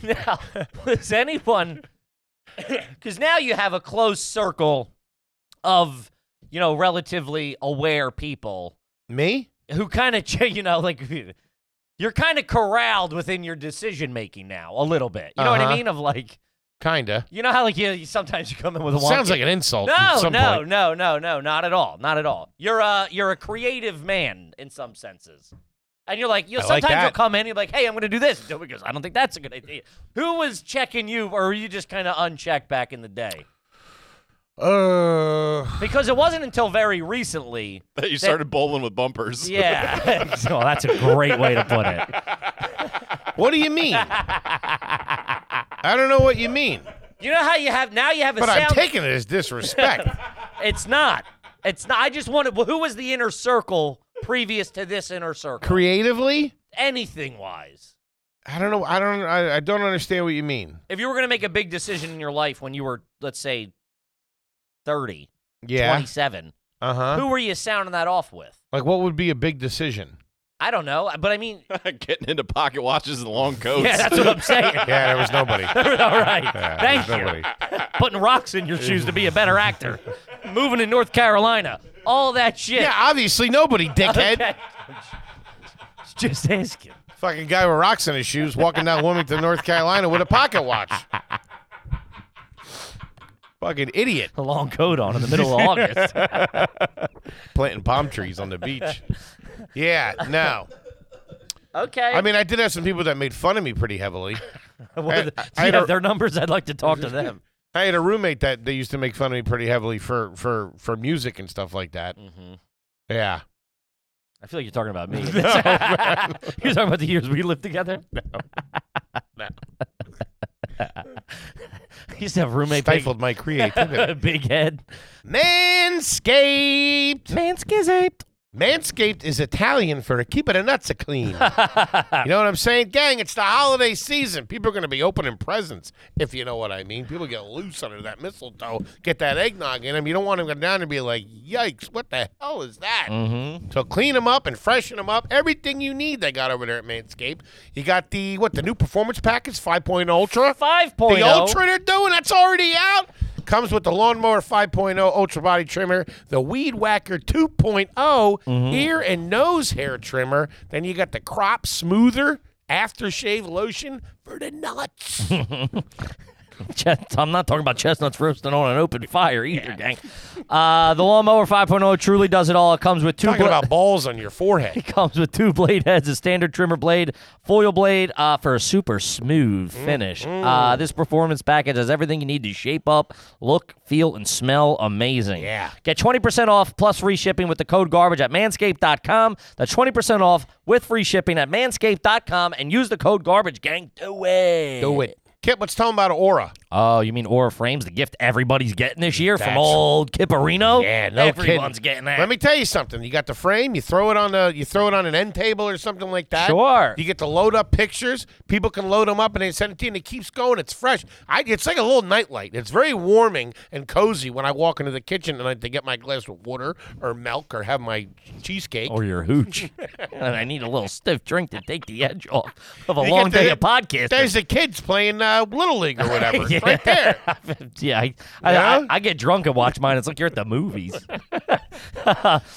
Speaker 1: now, does anyone? Because now you have a close circle of you know relatively aware people
Speaker 2: Me?
Speaker 1: who kind of you know like you're kind of corralled within your decision making now a little bit. You know what
Speaker 2: Uh-huh.
Speaker 1: I mean? Of like
Speaker 2: Kinda.
Speaker 1: you know how like you, you sometimes you come in with a
Speaker 2: Sounds
Speaker 1: wonky-
Speaker 2: like an insult. at
Speaker 1: no
Speaker 2: some
Speaker 1: no
Speaker 2: point.
Speaker 1: no no no not at all not at all. You're a you're a creative man in some senses. And you're like, you
Speaker 2: I
Speaker 1: know,
Speaker 2: like
Speaker 1: sometimes you'll
Speaker 2: that.
Speaker 1: come in, and you're like, hey, I'm going to do this. And Toby goes, I don't think that's a good idea. Who was checking you, or were you just kind of unchecked back in the day?
Speaker 2: Uh,
Speaker 1: Because it wasn't until very recently
Speaker 4: that you started bowling with bumpers.
Speaker 1: Yeah. so that's a great way to put it.
Speaker 2: what do you mean? I don't know what you mean.
Speaker 1: You know how you have now you have a
Speaker 2: But
Speaker 1: sound.
Speaker 2: I'm taking it as disrespect.
Speaker 1: it's not. It's not. I just wanted. Well, who was the inner circle previous to this inner circle?
Speaker 2: Creatively,
Speaker 1: Anything wise.
Speaker 2: I don't know. I don't. I, I don't understand what you mean.
Speaker 1: If you were going to make a big decision in your life when you were, let's say, 30,
Speaker 2: Yeah.
Speaker 1: 27,
Speaker 2: Uh huh.
Speaker 1: who were you sounding that off with?
Speaker 2: Like, what would be a big decision?
Speaker 1: I don't know, but I mean,
Speaker 4: Getting into pocket watches and long coats.
Speaker 1: yeah, that's what I'm saying.
Speaker 2: Yeah, there was nobody.
Speaker 1: All right.
Speaker 2: Yeah,
Speaker 1: Thank
Speaker 2: there's
Speaker 1: you.
Speaker 2: nobody.
Speaker 1: Putting rocks in your shoes to be a better actor. Moving to North Carolina. All that shit.
Speaker 2: Yeah, obviously nobody, dickhead.
Speaker 1: Okay. Just asking.
Speaker 2: Fucking guy with rocks in his shoes walking down Wilmington, North Carolina with a pocket watch. Fucking idiot
Speaker 1: A long coat on in the middle of August.
Speaker 2: planting palm trees on the beach. Yeah, no.
Speaker 1: Okay.
Speaker 2: I mean, I did have some people that made fun of me pretty heavily.
Speaker 1: What are the-
Speaker 2: I-
Speaker 1: do
Speaker 2: I
Speaker 1: you
Speaker 2: had
Speaker 1: have
Speaker 2: a-
Speaker 1: their numbers? I'd like to talk to them.
Speaker 2: I had a roommate that they used to make fun of me pretty heavily for for for music and stuff like that.
Speaker 1: Mhm.
Speaker 2: Yeah.
Speaker 1: I feel like you're talking about me. you're talking about the years we lived together? No. I used to have a roommate big,
Speaker 2: Stifled my creativity.
Speaker 1: big head.
Speaker 2: Manscaped.
Speaker 1: Manskizaped.
Speaker 2: Manscaped is Italian for keep it a nuts a clean. you know what I'm saying? Gang, it's the holiday season. People are going to be opening presents, if you know what I mean. People get loose under that mistletoe, get that eggnog in them. You don't want them to go down and be like, yikes, what the hell is that?
Speaker 1: Mm-hmm.
Speaker 2: So clean them up and freshen them up. Everything you need they got over there at Manscaped. You got the, what, the new performance package, 5.0 Ultra?
Speaker 1: Five oh.
Speaker 2: The Ultra they're doing, that's already out. Comes with the Lawnmower 5.0 Ultra Body Trimmer, the Weed Whacker 2.0 Ear and Nose Hair Trimmer. Then you got the Crop Smoother Aftershave Lotion for the nuts.
Speaker 1: Chest- I'm not talking about chestnuts roasting on an open fire either, gang. Uh, the lawnmower 5.0 truly does it all. It comes with two.
Speaker 2: Talking
Speaker 1: bla-
Speaker 2: about balls on your forehead.
Speaker 1: it comes with two blade heads, a standard trimmer blade, foil blade uh, for a super smooth
Speaker 2: Mm-hmm.
Speaker 1: finish. Uh, this performance package has everything you need to shape up, look, feel, and smell amazing.
Speaker 2: Yeah.
Speaker 1: Get 20% off plus free shipping with the code garbage at manscaped.com. That's 20% off with free shipping at manscaped.com and use the code garbage, gang. Do it.
Speaker 2: Do it. Kip, let's tell them about Aura.
Speaker 1: Oh, you mean Aura Frames, the gift everybody's getting this year from
Speaker 2: That's-
Speaker 1: old Kipperino?
Speaker 2: Yeah, no
Speaker 1: Everyone's
Speaker 2: kidding.
Speaker 1: getting that.
Speaker 2: Let me tell you something. You got the frame. You throw it on the. You throw it on an end table or something like that.
Speaker 1: Sure.
Speaker 2: You get to load up pictures. People can load them up and they send it to you. And it keeps going. It's fresh. I, it's like a little nightlight. It's very warming and cozy when I walk into the kitchen and I to get my glass of water or milk or have my cheesecake.
Speaker 1: or your hooch. and I need a little stiff drink to take the edge off of a
Speaker 2: You
Speaker 1: long
Speaker 2: get the-
Speaker 1: day of podcasting.
Speaker 2: There's the kids playing uh, little league or whatever. It's Right there.
Speaker 1: yeah, I, I,
Speaker 2: Yeah?
Speaker 1: I, I get drunk and watch mine. It's like you're at the movies.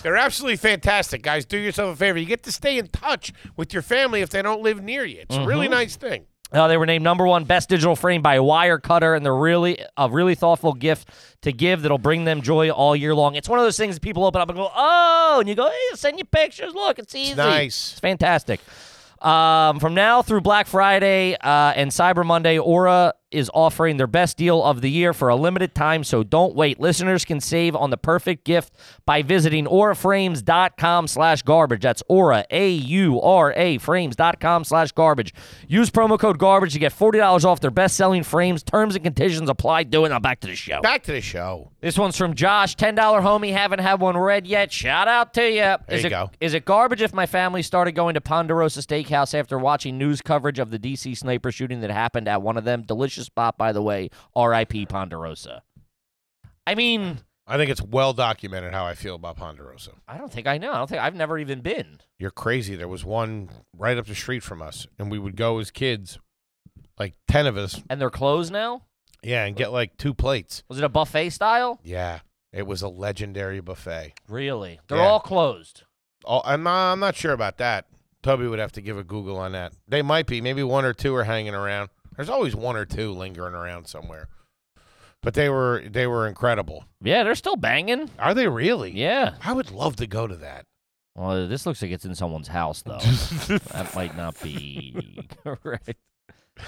Speaker 2: They're absolutely fantastic, guys. Do yourself a favor. You get to stay in touch with your family if they don't live near you. It's a really nice thing.
Speaker 1: Uh, they were named number one best digital frame by Wirecutter, and they're really a really thoughtful gift to give that'll bring them joy all year long. It's one of those things that people open up and go, "Oh," and you go, "Hey, send you pictures. Look, it's easy.
Speaker 2: nice.
Speaker 1: It's fantastic." Um, from now through Black Friday uh, and Cyber Monday, Aura is offering their best deal of the year for a limited time, so don't wait. Listeners can save on the perfect gift by visiting auraframes.com slash garbage. That's aura, A-U-R-A, frames.com slash garbage. Use promo code garbage to get $40 off their best-selling frames. Terms and conditions apply. Do it. Now back to the show.
Speaker 2: Back to the show.
Speaker 1: This one's from Josh. Ten dollar homie. Haven't had one read yet. Shout out to you. There is
Speaker 2: you
Speaker 1: it,
Speaker 2: go.
Speaker 1: Is it garbage if my family started going to Ponderosa Steakhouse after watching news coverage of the DC sniper shooting that happened at one of them? Delicious spot, by the way. R.I.P. Ponderosa. I mean,
Speaker 2: I think it's well documented how I feel about Ponderosa.
Speaker 1: I don't think I know. I don't think I've never even been.
Speaker 2: You're crazy. There was one right up the street from us, and we would go as kids, like 10 of us.
Speaker 1: And they're closed now.
Speaker 2: Yeah, and get like two plates.
Speaker 1: Was it a buffet style?
Speaker 2: Yeah, it was a legendary buffet.
Speaker 1: Really? They're
Speaker 2: Yeah.
Speaker 1: all closed.
Speaker 2: Oh, I'm, not, I'm not sure about that. Toby would have to give a Google on that. They might be. Maybe one or two are hanging around. There's always one or two lingering around somewhere. But they were they were incredible.
Speaker 1: Yeah, they're still banging.
Speaker 2: Are they really?
Speaker 1: Yeah.
Speaker 2: I would love to go to that.
Speaker 1: Well, this looks like it's in someone's house though. that might not be correct.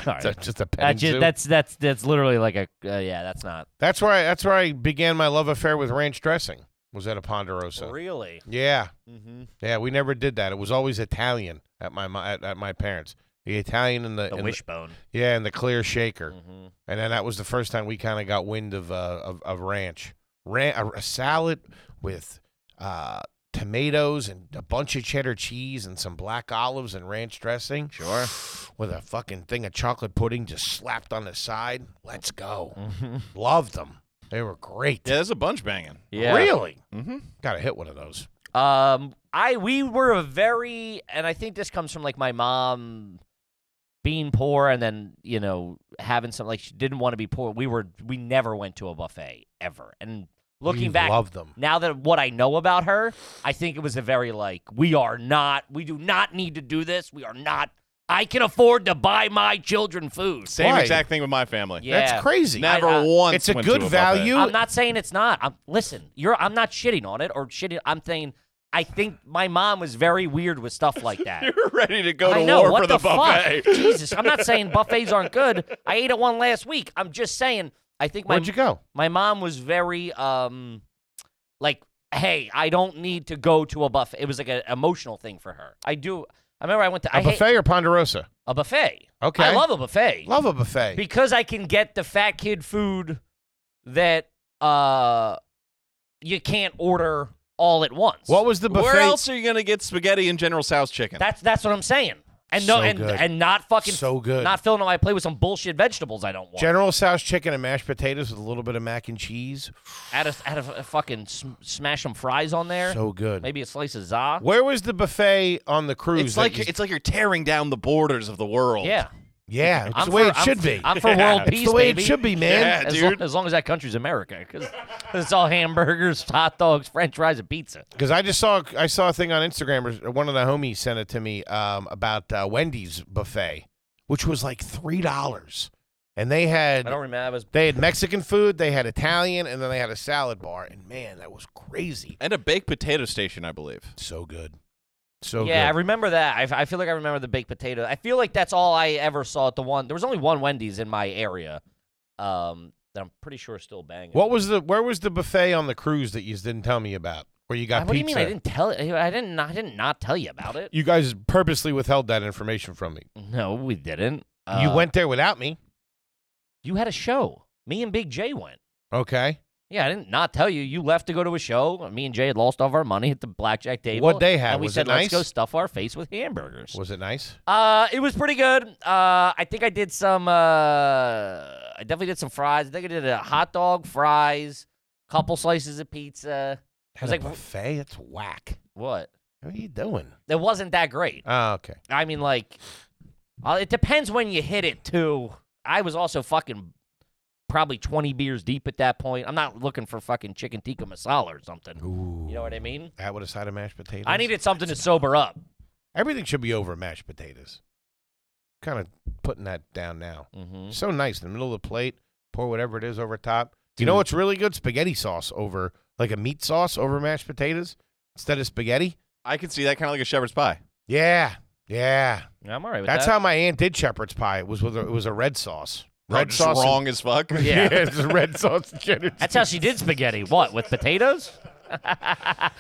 Speaker 1: All right.
Speaker 2: Is that just a petting
Speaker 1: That's, ju-
Speaker 2: zoo?
Speaker 1: that's that's that's literally like a uh, yeah. That's not
Speaker 2: That's where I, that's where I began my love affair with ranch dressing. Was at a Ponderosa.
Speaker 1: really.
Speaker 2: Yeah,
Speaker 4: Mm-hmm.
Speaker 2: yeah. We never did that. It was always Italian at my mo- at, at my parents. the Italian and the, Mm.
Speaker 1: The
Speaker 2: and the-
Speaker 1: wishbone.
Speaker 2: yeah, and the clear shaker.
Speaker 4: Mm-hmm.
Speaker 2: And then that was the first time we kind of got wind of uh, of, of ranch, Ran- a, a salad with uh, tomatoes and a bunch of cheddar cheese and some black olives and ranch dressing. Sure. With a fucking thing of chocolate pudding just slapped on the side. Let's go.
Speaker 1: Mm-hmm.
Speaker 2: Loved them. They were great.
Speaker 4: Yeah, there's a bunch banging.
Speaker 1: Yeah.
Speaker 2: Really?
Speaker 4: Mm-hmm.
Speaker 2: Gotta hit one of those.
Speaker 1: Um, I we were a very, and I think this comes from like my mom being poor, and then you know having some like she didn't want to be poor. We were we never went to a buffet ever, and looking
Speaker 2: We
Speaker 1: back.
Speaker 2: love them.
Speaker 1: now that what I know about her, I think it was a very like we are not, we do not need to do this. We are not. I can afford to buy my children food.
Speaker 4: Same
Speaker 2: Why?
Speaker 4: exact thing with my family.
Speaker 1: Yeah.
Speaker 2: That's crazy.
Speaker 4: Never
Speaker 1: I- I-
Speaker 4: once.
Speaker 2: It's a
Speaker 4: went
Speaker 2: good
Speaker 4: to buffet.
Speaker 2: value.
Speaker 1: I'm not saying it's not. I'm listen. You're. I'm not shitting on it or shitting. I'm saying. I think my mom was very weird with stuff like that.
Speaker 4: You're ready to go to
Speaker 1: I know
Speaker 4: war
Speaker 1: what
Speaker 4: for the, buffet.
Speaker 1: fuck. Jesus, I'm not saying buffets aren't good. I ate at one last week. I'm just saying. I think my
Speaker 2: Where'd you go?
Speaker 1: my mom was very um, like, hey, I don't need to go to a buffet. It was like an emotional thing for her. I do. I remember I went to
Speaker 2: A
Speaker 1: I hate-
Speaker 2: buffet or Ponderosa?
Speaker 1: a buffet.
Speaker 2: Okay.
Speaker 1: I love a buffet
Speaker 2: Love a buffet.
Speaker 1: because I can get the fat kid food that uh you can't order all at once.
Speaker 2: what was the buffet?
Speaker 4: Where else are you gonna get spaghetti and General Tso's chicken?
Speaker 1: That's that's what I'm saying. And no,
Speaker 2: So
Speaker 1: and
Speaker 2: good.
Speaker 1: and not fucking
Speaker 2: So good.
Speaker 1: Not filling up my plate with some bullshit vegetables I don't want.
Speaker 2: General Tso's chicken and mashed potatoes with a little bit of mac and cheese.
Speaker 1: add a add a, fucking sm- smash some fries on there.
Speaker 2: So good.
Speaker 1: Maybe a slice of za.
Speaker 2: Where was the buffet on the cruise?
Speaker 4: it's
Speaker 2: that
Speaker 4: like
Speaker 2: you-
Speaker 4: it's like you're tearing down the borders of the world.
Speaker 1: Yeah,
Speaker 2: yeah, it's
Speaker 1: I'm
Speaker 2: the way
Speaker 1: for-
Speaker 2: it
Speaker 1: I'm-
Speaker 2: should be.
Speaker 1: I'm for
Speaker 4: Yeah.
Speaker 1: world
Speaker 2: it's
Speaker 1: peace,
Speaker 2: the way
Speaker 1: baby.
Speaker 2: it should be, man.
Speaker 4: Yeah.
Speaker 1: As,
Speaker 4: dude.
Speaker 1: Long, as long as that country's America, because it's all hamburgers, hot dogs, French fries, and pizza.
Speaker 2: Because I just saw I saw a thing on Instagram. Or one of the homies sent it to me um, about uh, Wendy's buffet, which was like three dollars, and they had
Speaker 1: I don't remember. I was
Speaker 2: they had Mexican food, they had Italian, and then they had a salad bar. And man, that was crazy.
Speaker 4: And a baked potato station, I believe.
Speaker 2: So good, so
Speaker 1: yeah, I
Speaker 2: good.
Speaker 1: remember that. I, I feel like I remember the baked potato. I feel like that's all I ever saw at the one. There was only one Wendy's in my area um, that I'm pretty sure is still banging.
Speaker 2: What was the where was the buffet on the cruise that you didn't tell me about? Where you got
Speaker 1: Uh, What do you mean? I
Speaker 2: pizza?
Speaker 1: didn't tell. I didn't. I didn't not tell you about it.
Speaker 2: You guys purposely withheld that information from me.
Speaker 1: No, we didn't.
Speaker 2: you
Speaker 1: Uh,
Speaker 2: went there without me.
Speaker 1: You had a show. Me and Big J went.
Speaker 2: Okay.
Speaker 1: Yeah, I didn't not tell you. You left to go to a show. Me and Jay had lost all of our money at the blackjack table.
Speaker 2: What'd they have?
Speaker 1: And we
Speaker 2: Was it
Speaker 1: said,
Speaker 2: nice?"
Speaker 1: let's go stuff our face with hamburgers.
Speaker 2: Was it nice?
Speaker 1: Uh, it was pretty good. Uh, I think I did some. Uh, I definitely did some fries. I think I did a hot dog, fries, couple slices of pizza.
Speaker 2: Had
Speaker 1: was
Speaker 2: a
Speaker 1: like-
Speaker 2: buffet. That's whack.
Speaker 1: What?
Speaker 2: What are you doing?
Speaker 1: It wasn't that great.
Speaker 2: Oh, okay.
Speaker 1: I mean, like, uh, it depends when you hit it too. I was also fucking probably twenty beers deep at that point. I'm not looking for fucking chicken tikka masala or something.
Speaker 2: Ooh.
Speaker 1: You know what I mean?
Speaker 2: That with a side of mashed potatoes.
Speaker 1: I needed something to sober up.
Speaker 2: Everything should be over mashed potatoes. Kind of putting that down now.
Speaker 1: Mm-hmm.
Speaker 2: So nice in the middle of the plate. Pour whatever it is over top. You know what's really good? Spaghetti sauce over like a meat sauce over mashed potatoes instead of spaghetti.
Speaker 4: I could see that kind of like a shepherd's pie.
Speaker 2: Yeah. Yeah.
Speaker 1: I'm all right with
Speaker 2: That's
Speaker 1: that.
Speaker 2: how my aunt did shepherd's pie. It was with a, it was a red sauce.
Speaker 4: Oh,
Speaker 2: Red
Speaker 4: just
Speaker 2: sauce. and-
Speaker 4: wrong as fuck.
Speaker 1: Yeah.
Speaker 2: it's red sauce and cheddar.
Speaker 1: That's how she did spaghetti. What with potatoes?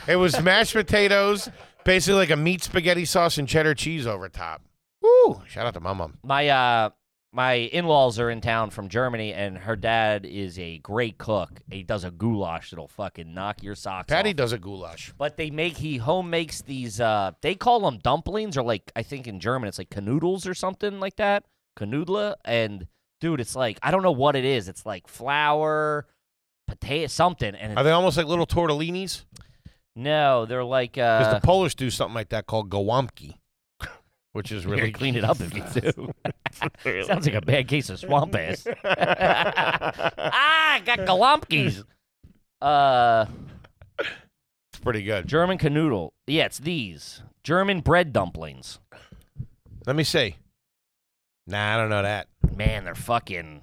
Speaker 2: It was mashed potatoes, basically like a meat spaghetti sauce and cheddar cheese over top. Woo! Shout out to my mom.
Speaker 1: my uh my in-laws are in town from Germany and her dad is a great cook. He does a goulash that'll fucking knock your socks
Speaker 2: Patty
Speaker 1: off.
Speaker 2: does a goulash.
Speaker 1: But they make he home makes these uh they call them dumplings or like I think in German it's like canoodles or something like that. Canoodla and dude it's like I don't know what it is. It's like flour, potato something and
Speaker 2: Are
Speaker 1: it's,
Speaker 2: they almost like little tortellinis?
Speaker 1: no, they're like
Speaker 2: Because
Speaker 1: uh
Speaker 2: the Polish do something like that called gołąbki, which is
Speaker 1: Really
Speaker 2: really
Speaker 1: clean it up if you do. Sounds like a bad case of swamp ass. ah, got galumpkies. Uh,
Speaker 2: it's pretty good.
Speaker 1: German canoodle. Yeah, it's these German bread dumplings.
Speaker 2: Let me see. Nah, I don't know that.
Speaker 1: Man, they're fucking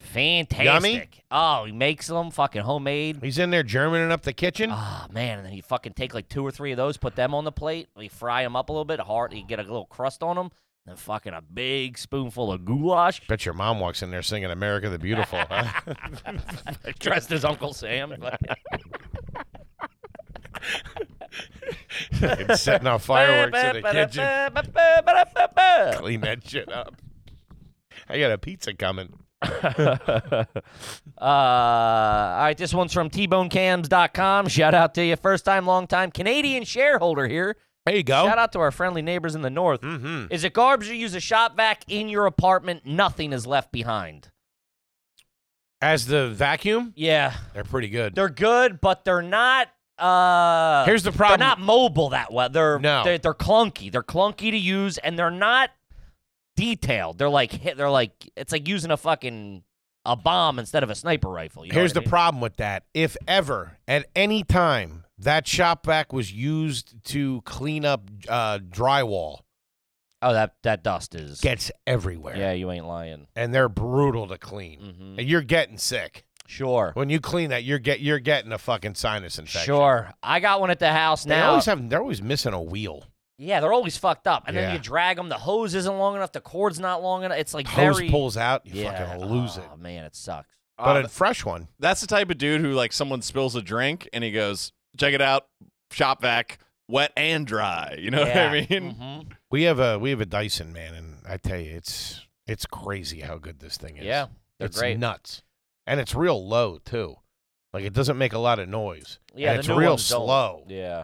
Speaker 1: fantastic. Oh, he makes them fucking homemade.
Speaker 2: He's in there Germaning up the kitchen.
Speaker 1: Ah, man, and then you fucking take like two or three of those, put them on the plate, you fry them up a little bit hard, you get a little crust on them, then fucking a big spoonful of goulash.
Speaker 2: Bet your mom walks in there singing "America the Beautiful." Huh?
Speaker 1: dressed as Uncle Sam.
Speaker 2: and setting off fireworks in the kitchen. Clean that shit up. I got a pizza coming.
Speaker 1: Uh, all right, this one's from tbonecams.com. Shout out to you. First time, long time Canadian shareholder here.
Speaker 2: There you go. Mm-hmm.
Speaker 1: Shout out to our friendly neighbors in the north.
Speaker 2: Mm.
Speaker 1: Is it garbage to use a shop vac in your apartment? Nothing is left behind.
Speaker 2: As the vacuum,
Speaker 1: Yeah,
Speaker 2: they're pretty good.
Speaker 1: they're good, but they're not. Uh,
Speaker 2: Here's the problem.
Speaker 1: They're not mobile that well. They're,
Speaker 2: No.
Speaker 1: they're they're clunky. They're clunky to use, and they're not detailed. They're like hit- they're like it's like using a fucking a bomb instead of a sniper rifle. You know
Speaker 2: Here's
Speaker 1: what I
Speaker 2: the problem with that. If ever, at any time, that shop vac was used to clean up uh, drywall,
Speaker 1: mean? Oh, that that dust is.
Speaker 2: gets everywhere.
Speaker 1: yeah, you ain't lying.
Speaker 2: And they're brutal to clean.
Speaker 1: hmm
Speaker 2: And you're getting sick.
Speaker 1: Sure,
Speaker 2: When you clean that, you're get you're getting a fucking sinus infection.
Speaker 1: sure. I got one at the house
Speaker 2: They
Speaker 1: now.
Speaker 2: always have they're always missing a wheel.
Speaker 1: yeah, they're always fucked up, and then
Speaker 2: Yeah.
Speaker 1: you drag them. The hose isn't long enough. The cord's not long enough. It's like
Speaker 2: Hose
Speaker 1: very.
Speaker 2: pulls out, you
Speaker 1: yeah.
Speaker 2: fucking lose it.
Speaker 1: oh, man, it sucks.
Speaker 4: Uh,
Speaker 2: But a fresh one.
Speaker 4: That's the type of dude who like someone spills a drink and he goes, "Check it out, shop vac, wet and dry." You know
Speaker 1: yeah.
Speaker 4: what I
Speaker 2: Mm-hmm.
Speaker 4: mean?
Speaker 1: Mhm.
Speaker 2: We have a we have a Dyson man, and I tell you, it's it's crazy how good this thing is.
Speaker 1: Yeah, they're
Speaker 2: it's
Speaker 1: great.
Speaker 2: nuts, and it's real low too. Like it doesn't make a lot of noise.
Speaker 1: Yeah,
Speaker 2: and
Speaker 1: the
Speaker 2: it's
Speaker 1: new
Speaker 2: real
Speaker 1: ones don't.
Speaker 2: slow.
Speaker 1: Yeah,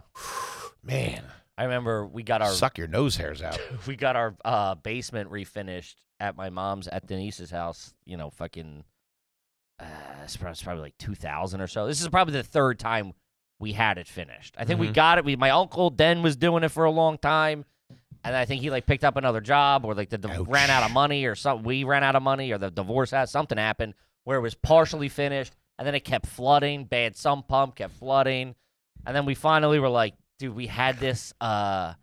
Speaker 2: Man,
Speaker 1: I remember we got our
Speaker 2: suck your nose hairs out.
Speaker 1: we got our uh, basement refinished at my mom's at Denise's house. You know, fucking, uh, it's prob- it's probably like two thousand or so. This is probably the third time we had it finished. I think we
Speaker 2: Mhm.
Speaker 1: got it. We my uncle Den was doing it for a long time, and I think he like picked up another job or like the div- ran out of
Speaker 2: Ouch.
Speaker 1: money or something. We ran out of money or the divorce had something happened where it was partially finished, and then it kept flooding. Bad sump pump kept flooding. And then we finally were like, dude, we had this. Uh,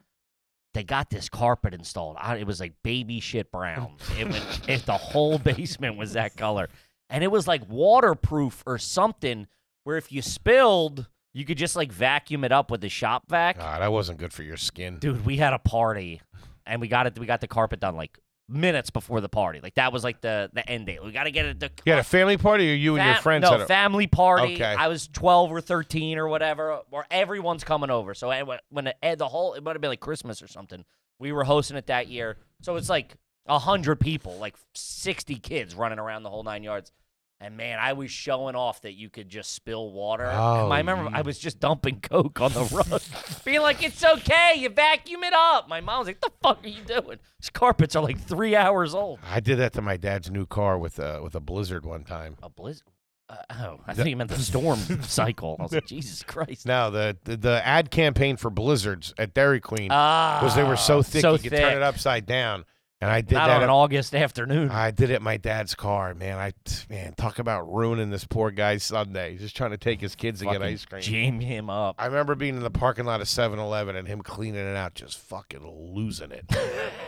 Speaker 1: they got this carpet installed. I, it was like baby shit brown. It was if the whole basement was that color, and it was like waterproof or something. Where if you spilled, you could just like vacuum it up with the shop vac.
Speaker 2: God, that wasn't good for your skin.
Speaker 1: Dude, we had a party, and we got it. We got the carpet done like minutes before the party. Like that was like the the end date. We got to get it. The,
Speaker 2: You had a family party, or you and your
Speaker 1: Fam-
Speaker 2: friends
Speaker 1: No,
Speaker 2: had a
Speaker 1: family party.
Speaker 2: Okay.
Speaker 1: I was 12 or 13 or whatever, or everyone's coming over. So I- when it, the whole, it might have been like Christmas or something. We were hosting it that year. So it's like 100 people, like 60 kids running around the whole nine yards. And man, I was showing off that you could just spill water.
Speaker 2: Oh,
Speaker 1: And I remember
Speaker 2: yeah.
Speaker 1: I was just dumping Coke on the rug, being like, it's okay, you vacuum it up. My mom was like, the fuck are you doing? These carpets are like three hours old.
Speaker 2: I did that to my dad's new car with a with a blizzard one time.
Speaker 1: A blizzard? Uh, oh, I thought you meant the storm cycle. I was like, Jesus Christ.
Speaker 2: Now the, the the ad campaign for blizzards at Dairy Queen
Speaker 1: Ah.
Speaker 2: was they were so thick
Speaker 1: so
Speaker 2: you could turn
Speaker 1: thick.
Speaker 2: it upside down, and I did
Speaker 1: Not
Speaker 2: that
Speaker 1: on
Speaker 2: at
Speaker 1: an August afternoon.
Speaker 2: I did it in my dad's car, man. I man, talk about ruining this poor guy's Sunday. He's just trying to take his kids to get
Speaker 1: Fucking
Speaker 2: ice cream.
Speaker 1: Jam him up.
Speaker 2: I remember being in the parking lot of 7-Eleven and him cleaning it out, just fucking losing it.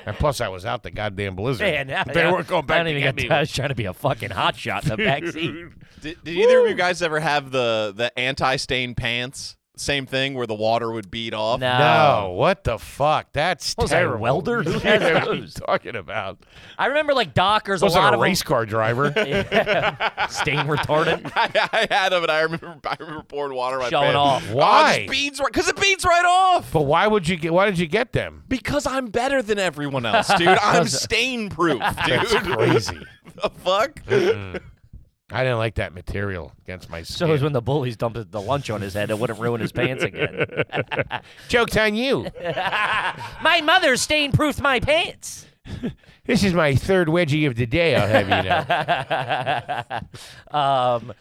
Speaker 2: and plus, I was out the goddamn blizzard.
Speaker 1: Man, I,
Speaker 2: they weren't going
Speaker 1: I
Speaker 2: back
Speaker 1: don't
Speaker 2: to
Speaker 1: even
Speaker 2: get
Speaker 1: get
Speaker 2: me.
Speaker 1: to- I was trying to be a fucking hot shot in the backseat.
Speaker 4: Did, did either of you guys ever have the the anti stain pants? Same thing where the water would beat off.
Speaker 1: No.
Speaker 2: No, what the fuck? That's
Speaker 1: Oh. What was I, a
Speaker 2: terrible.
Speaker 1: welder? Who
Speaker 2: Yeah,
Speaker 1: has
Speaker 2: what are you
Speaker 1: those?
Speaker 2: talking about?
Speaker 1: I remember like Dockers,
Speaker 2: Was
Speaker 1: a lot
Speaker 2: I a
Speaker 1: of
Speaker 2: race car driver?
Speaker 1: them. Yeah. Stain retardant.
Speaker 4: I, I had them, and I remember I remember pouring water on my
Speaker 1: Showing
Speaker 4: pants.
Speaker 1: off.
Speaker 4: Oh, it
Speaker 2: Why?
Speaker 4: just beads right because it beads right off.
Speaker 2: but why would you get? Why did you get them?
Speaker 4: Because I'm better than everyone else, dude. I'm stain proof,
Speaker 2: That's
Speaker 4: dude.
Speaker 2: crazy.
Speaker 4: the fuck?
Speaker 2: Mm. I didn't like that material against my
Speaker 1: So
Speaker 2: skin.
Speaker 1: it was when the bullies dumped the lunch on his head, it wouldn't ruin his pants again.
Speaker 2: Joke's on you.
Speaker 1: my mother stain proofed my pants.
Speaker 2: This is my third wedgie of the day. I'll have you know.
Speaker 1: um,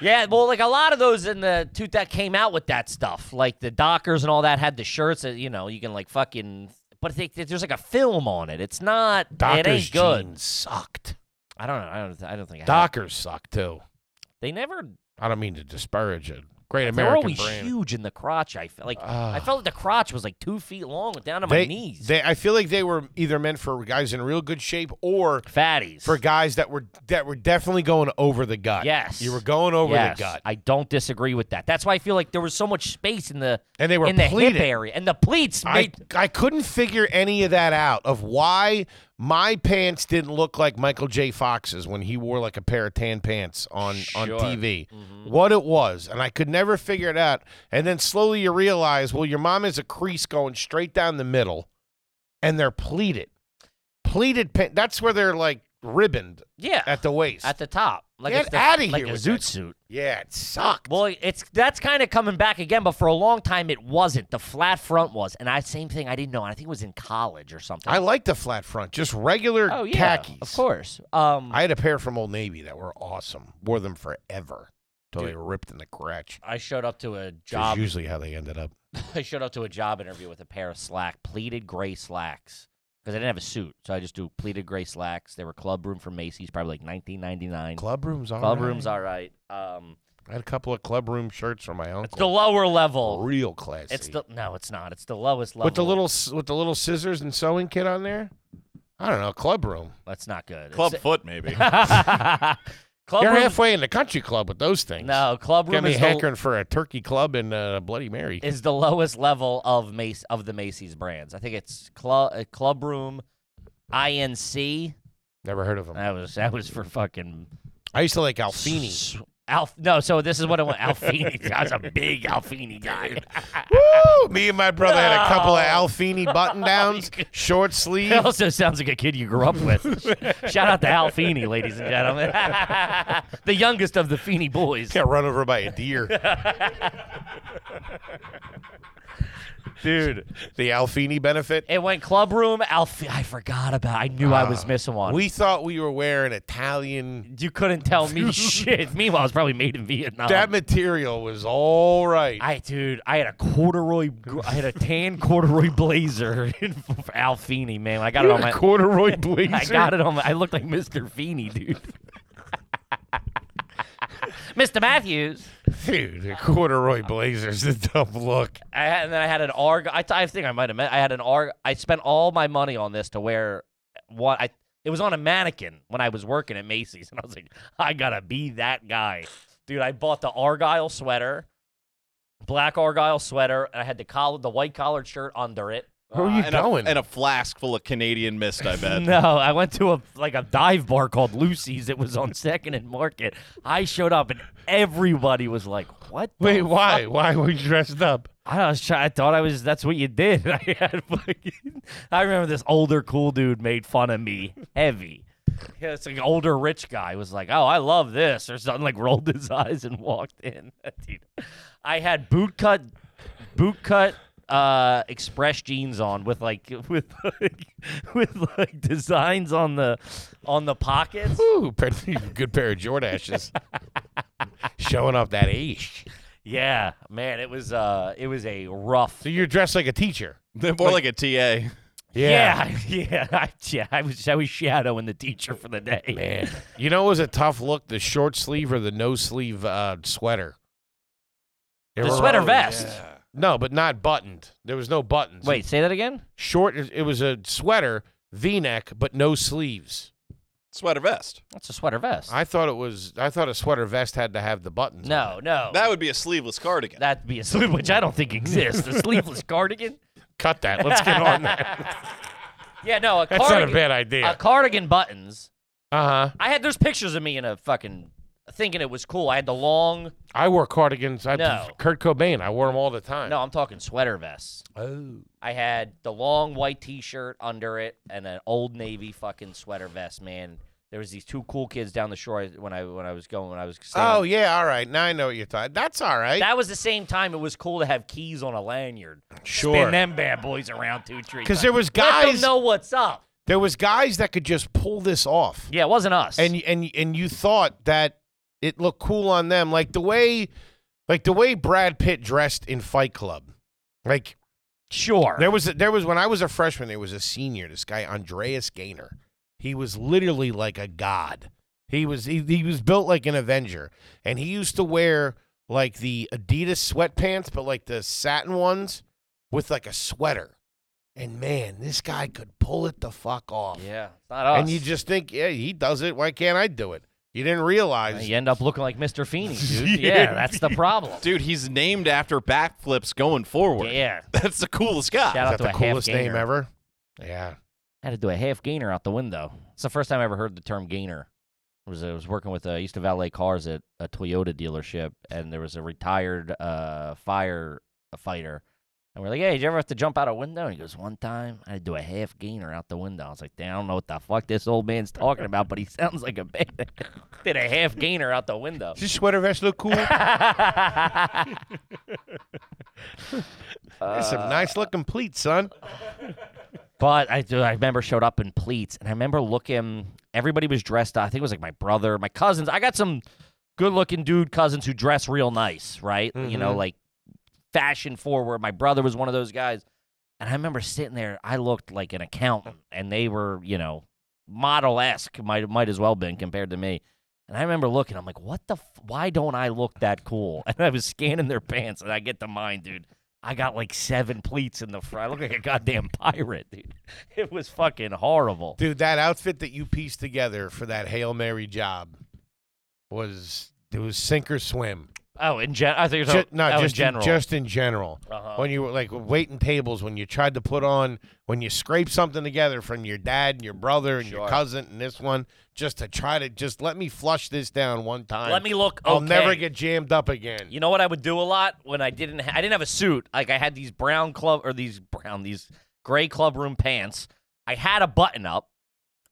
Speaker 1: yeah, well, like a lot of those in the two that came out with that stuff, like the Dockers and all that had the shirts that you know you can like fucking. But they, there's like a film on it. It's not. it
Speaker 2: Docker's
Speaker 1: ain't good.
Speaker 2: jeans sucked.
Speaker 1: I don't know. I don't. I don't think. I have-
Speaker 2: Dockers suck too.
Speaker 1: They never.
Speaker 2: I don't mean to disparage it. Great
Speaker 1: they were
Speaker 2: American
Speaker 1: always
Speaker 2: brand.
Speaker 1: huge in the crotch. I felt like. I
Speaker 2: Ah.
Speaker 1: felt like the crotch was like two feet long, down to my
Speaker 2: They-
Speaker 1: knees.
Speaker 2: They, I feel like they were either meant for guys in real good shape or
Speaker 1: Fatties.
Speaker 2: for guys that were that were definitely going over the gut.
Speaker 1: Yes.
Speaker 2: you were going over
Speaker 1: yes,
Speaker 2: the gut,
Speaker 1: I don't disagree with that. That's why I feel like there was so much space in the
Speaker 2: and they were
Speaker 1: in the hip
Speaker 2: pleated.
Speaker 1: area and the pleats.
Speaker 2: I,
Speaker 1: Made,
Speaker 2: I couldn't figure any of that out of why my pants didn't look like Michael J. Fox's when he wore like a pair of tan pants on on
Speaker 4: Sure.
Speaker 2: TV.
Speaker 1: Mm-hmm.
Speaker 2: What it was, and I could never figure it out. And then slowly you realize, well, your mom has a crease going straight down the middle, and they're pleated, pleated pants. That's where they're like ribboned
Speaker 1: Yeah,
Speaker 2: at the waist.
Speaker 1: at the top. Like
Speaker 2: Get
Speaker 1: it's the,
Speaker 2: outta
Speaker 1: like
Speaker 2: here
Speaker 1: a
Speaker 2: with
Speaker 1: zoot
Speaker 2: that.
Speaker 1: suit.
Speaker 2: yeah, it sucked.
Speaker 1: Well, it's that's kind of coming back again, but for a long time it wasn't. The flat front was, and I same thing. I didn't know. and I think it was in college or something.
Speaker 2: I like the flat front, just regular
Speaker 1: oh yeah,
Speaker 2: khakis.
Speaker 1: of course. Um,
Speaker 2: I had a pair from Old Navy that were awesome. Wore them forever until they were ripped in the crotch.
Speaker 1: I showed up to a
Speaker 2: Which is
Speaker 1: job.
Speaker 2: usually how they ended up.
Speaker 1: I showed up to a job interview with a pair of slack, pleated gray slacks, because I didn't have a suit, so I just do pleated gray slacks. They were club room from Macy's, probably like 1999. Club,
Speaker 2: Club rooms are
Speaker 1: rooms, all right. Um,
Speaker 2: I had a couple of club room shirts from my
Speaker 1: it's the
Speaker 2: uncle.
Speaker 1: lower level.
Speaker 2: real classy.
Speaker 1: It's the no, it's not. It's the lowest level.
Speaker 2: with the little s- with the little scissors and sewing kit on there. I don't know club room.
Speaker 1: That's not good. It's-
Speaker 4: Club foot, maybe.
Speaker 1: club
Speaker 2: You're
Speaker 1: room.
Speaker 2: halfway in the country club with those things.
Speaker 1: No, club
Speaker 2: got
Speaker 1: room
Speaker 2: me
Speaker 1: is the,
Speaker 2: hankering for a turkey club and a Bloody Mary.
Speaker 1: is the lowest level of Mace of the Macy's brands. I think it's club uh, club room, INC.
Speaker 2: Never heard of them.
Speaker 1: That was that was for fucking
Speaker 2: I used to like Alfini.
Speaker 1: s- Alf. No, so this is what I want. Alfini. I was a big Alfini guy.
Speaker 2: Woo! Me and my brother had a couple of
Speaker 1: No.
Speaker 2: Alfini button
Speaker 1: Oh
Speaker 2: downs, short sleeve.
Speaker 1: He also sounds like a kid you grew up with. Shout out to Alfini, ladies and gentlemen, the youngest of the Feeney boys.
Speaker 2: Got run over by a deer. Dude, the Alfini benefit.
Speaker 1: It went club room. Alf. I forgot about. I knew I
Speaker 2: Ah.
Speaker 1: was missing one.
Speaker 2: We thought we were wearing Italian.
Speaker 1: you couldn't tell me shit. Meanwhile, it's probably made in Vietnam.
Speaker 2: That material was all right.
Speaker 1: I dude, I had a corduroy, gr- I had a tan corduroy blazer in for Alfini, man. I got it on my,
Speaker 2: corduroy blazer.
Speaker 1: I got it on my, I looked like Mr. Feeney, dude. Mr. Matthews,
Speaker 2: Dude, the corduroy blazer's the dumb look.
Speaker 1: I had, and then I had an arg. I, t- I think I might have met. I had an arg. I spent all my money on this to wear what I. It was on a mannequin when I was working at Macy's, and I was like, I gotta be that guy, dude. I bought the argyle sweater, black argyle sweater, and I had the collar, the white collared shirt under it.
Speaker 2: Where are you
Speaker 4: Uh, and
Speaker 2: going?
Speaker 4: A, and a flask full of Canadian mist, I bet.
Speaker 1: No, I went to a like a dive bar called Lucy's. It was on Second and Market. I showed up and everybody was like, "What? the
Speaker 2: Wait,
Speaker 1: f-"
Speaker 2: why? Why were you dressed up?
Speaker 1: I was try- I thought I was. That's what you did. I had fucking. I remember this older cool dude made fun of me heavy. Yeah, it's like an older rich guy was like, "Oh, I love this," or something. Like rolled his eyes and walked in. Dude, I had boot cut, boot cut uh express jeans on with like with like, with like designs on the on the pockets.
Speaker 2: Ooh, pretty good pair of Jordashes. Showing off that age.
Speaker 1: Yeah, man, it was uh it was a rough
Speaker 2: So you're dressed like a teacher.
Speaker 4: More like, a TA.
Speaker 1: Yeah, yeah, I, yeah. I was I was shadowing the teacher for the day.
Speaker 2: Man, you know, it was a tough look the short sleeve or the no sleeve uh, sweater.
Speaker 1: the sweater vest.
Speaker 2: No, but not buttoned. There was no buttons.
Speaker 1: Wait, say that again.
Speaker 2: Short, it was a sweater, v neck, but no sleeves.
Speaker 4: Sweater vest.
Speaker 1: That's a sweater vest.
Speaker 2: I thought it was, I thought a sweater vest had to have the buttons.
Speaker 1: no, no.
Speaker 4: That would be a sleeveless cardigan.
Speaker 1: That'd be a sleeve, which I don't think exists. A sleeveless cardigan.
Speaker 2: Cut that. Let's get on that.
Speaker 1: Yeah, no, a
Speaker 2: That's
Speaker 1: cardigan.
Speaker 2: not a bad
Speaker 1: A
Speaker 2: idea.
Speaker 1: cardigan buttons.
Speaker 2: Uh huh.
Speaker 1: I had there's pictures of me in a fucking thinking it was cool. I had the long.
Speaker 2: I wore cardigans. I,
Speaker 1: No.
Speaker 2: Kurt Cobain. I wore them all the time.
Speaker 1: No, I'm talking sweater vests.
Speaker 2: Oh.
Speaker 1: I had the long white T-shirt under it and an old navy fucking sweater vest. Man, there was these two cool kids down the shore when I when I was going when I was. staying on
Speaker 2: Oh yeah. All right. Now I know what you're talking. That's all right.
Speaker 1: That was the same time it was cool to have keys on a lanyard.
Speaker 2: sure.
Speaker 1: Spin them bad boys around two trees.
Speaker 2: Because there was
Speaker 1: Let them
Speaker 2: guys.
Speaker 1: know what's up.
Speaker 2: There was guys that could just pull this off.
Speaker 1: Yeah, it wasn't us.
Speaker 2: and and and you thought that it looked cool on them, like the way, like the way Brad Pitt dressed in Fight Club. Like
Speaker 1: sure.
Speaker 2: there was a, there was when I was a freshman, there was a senior, this guy Andreas Gaynor. He was literally like a god. He was he, he was built like an Avenger, and he used to wear like the Adidas sweatpants, but like the satin ones with like a sweater. And man, this guy could pull it the fuck off.
Speaker 1: yeah, it's not us.
Speaker 2: And you just think, yeah, he does it. Why can't I do it? You didn't realize.
Speaker 1: you end up looking like Mr. Feeney, dude. yeah, that's the problem.
Speaker 4: Dude, he's named after backflips going forward.
Speaker 1: Yeah.
Speaker 4: That's the coolest guy.
Speaker 1: Shout out
Speaker 2: Is that
Speaker 1: to
Speaker 2: the
Speaker 1: a half
Speaker 2: coolest name
Speaker 1: gainer.
Speaker 2: ever? Yeah.
Speaker 1: I had to do a half gainer out the window. It's the first time I ever heard the term gainer. It was I was working with uh, I used to valet cars at a Toyota dealership, and there was a retired uh, fire fighter, and we're like, "Hey, did you ever have to jump out a window?" And he goes, "One time, I had to do a half gainer out the window." I was like, "Damn, I don't know what the fuck this old man's talking about, but he sounds like a man that did a half gainer out the window."
Speaker 2: Does this sweater vest look cool? There's
Speaker 1: Uh,
Speaker 2: some nice looking pleats, son.
Speaker 1: But I do. I remember showed up in pleats, and I remember looking. Everybody was dressed. up. I think it was like my brother, my cousins. I got some good-looking dude cousins who dress real nice, right? You
Speaker 2: Mm-hmm.
Speaker 1: know, like fashion forward. My brother was one of those guys, and I remember sitting there. I looked like an accountant, and they were, you know, model-esque. Might might as well been compared to me. And I remember looking. I'm like, what the? F- why don't I look that cool? And I was scanning their pants, and I get to mine, dude. I got like seven pleats in the front. I look like a goddamn pirate, dude. It was fucking horrible.
Speaker 2: Dude, that outfit that you pieced together for that Hail Mary job was it was sink or swim.
Speaker 1: Oh, in gen, I think it was
Speaker 2: Ju-
Speaker 1: oh,
Speaker 2: no,
Speaker 1: in
Speaker 2: just
Speaker 1: general.
Speaker 2: just in general.
Speaker 1: Uh-huh.
Speaker 2: When you were like waiting tables, when you tried to put on, when you scrape something together from your dad and your brother and your
Speaker 1: Sure.
Speaker 2: cousin and this one, just to try to just let me flush this down one time.
Speaker 1: Let me look.
Speaker 2: I'll never
Speaker 1: okay.
Speaker 2: get jammed up again.
Speaker 1: You know what I would do a lot when I didn't ha- I didn't have a suit. Like I had these brown club or these brown these gray club room pants. I had a button up,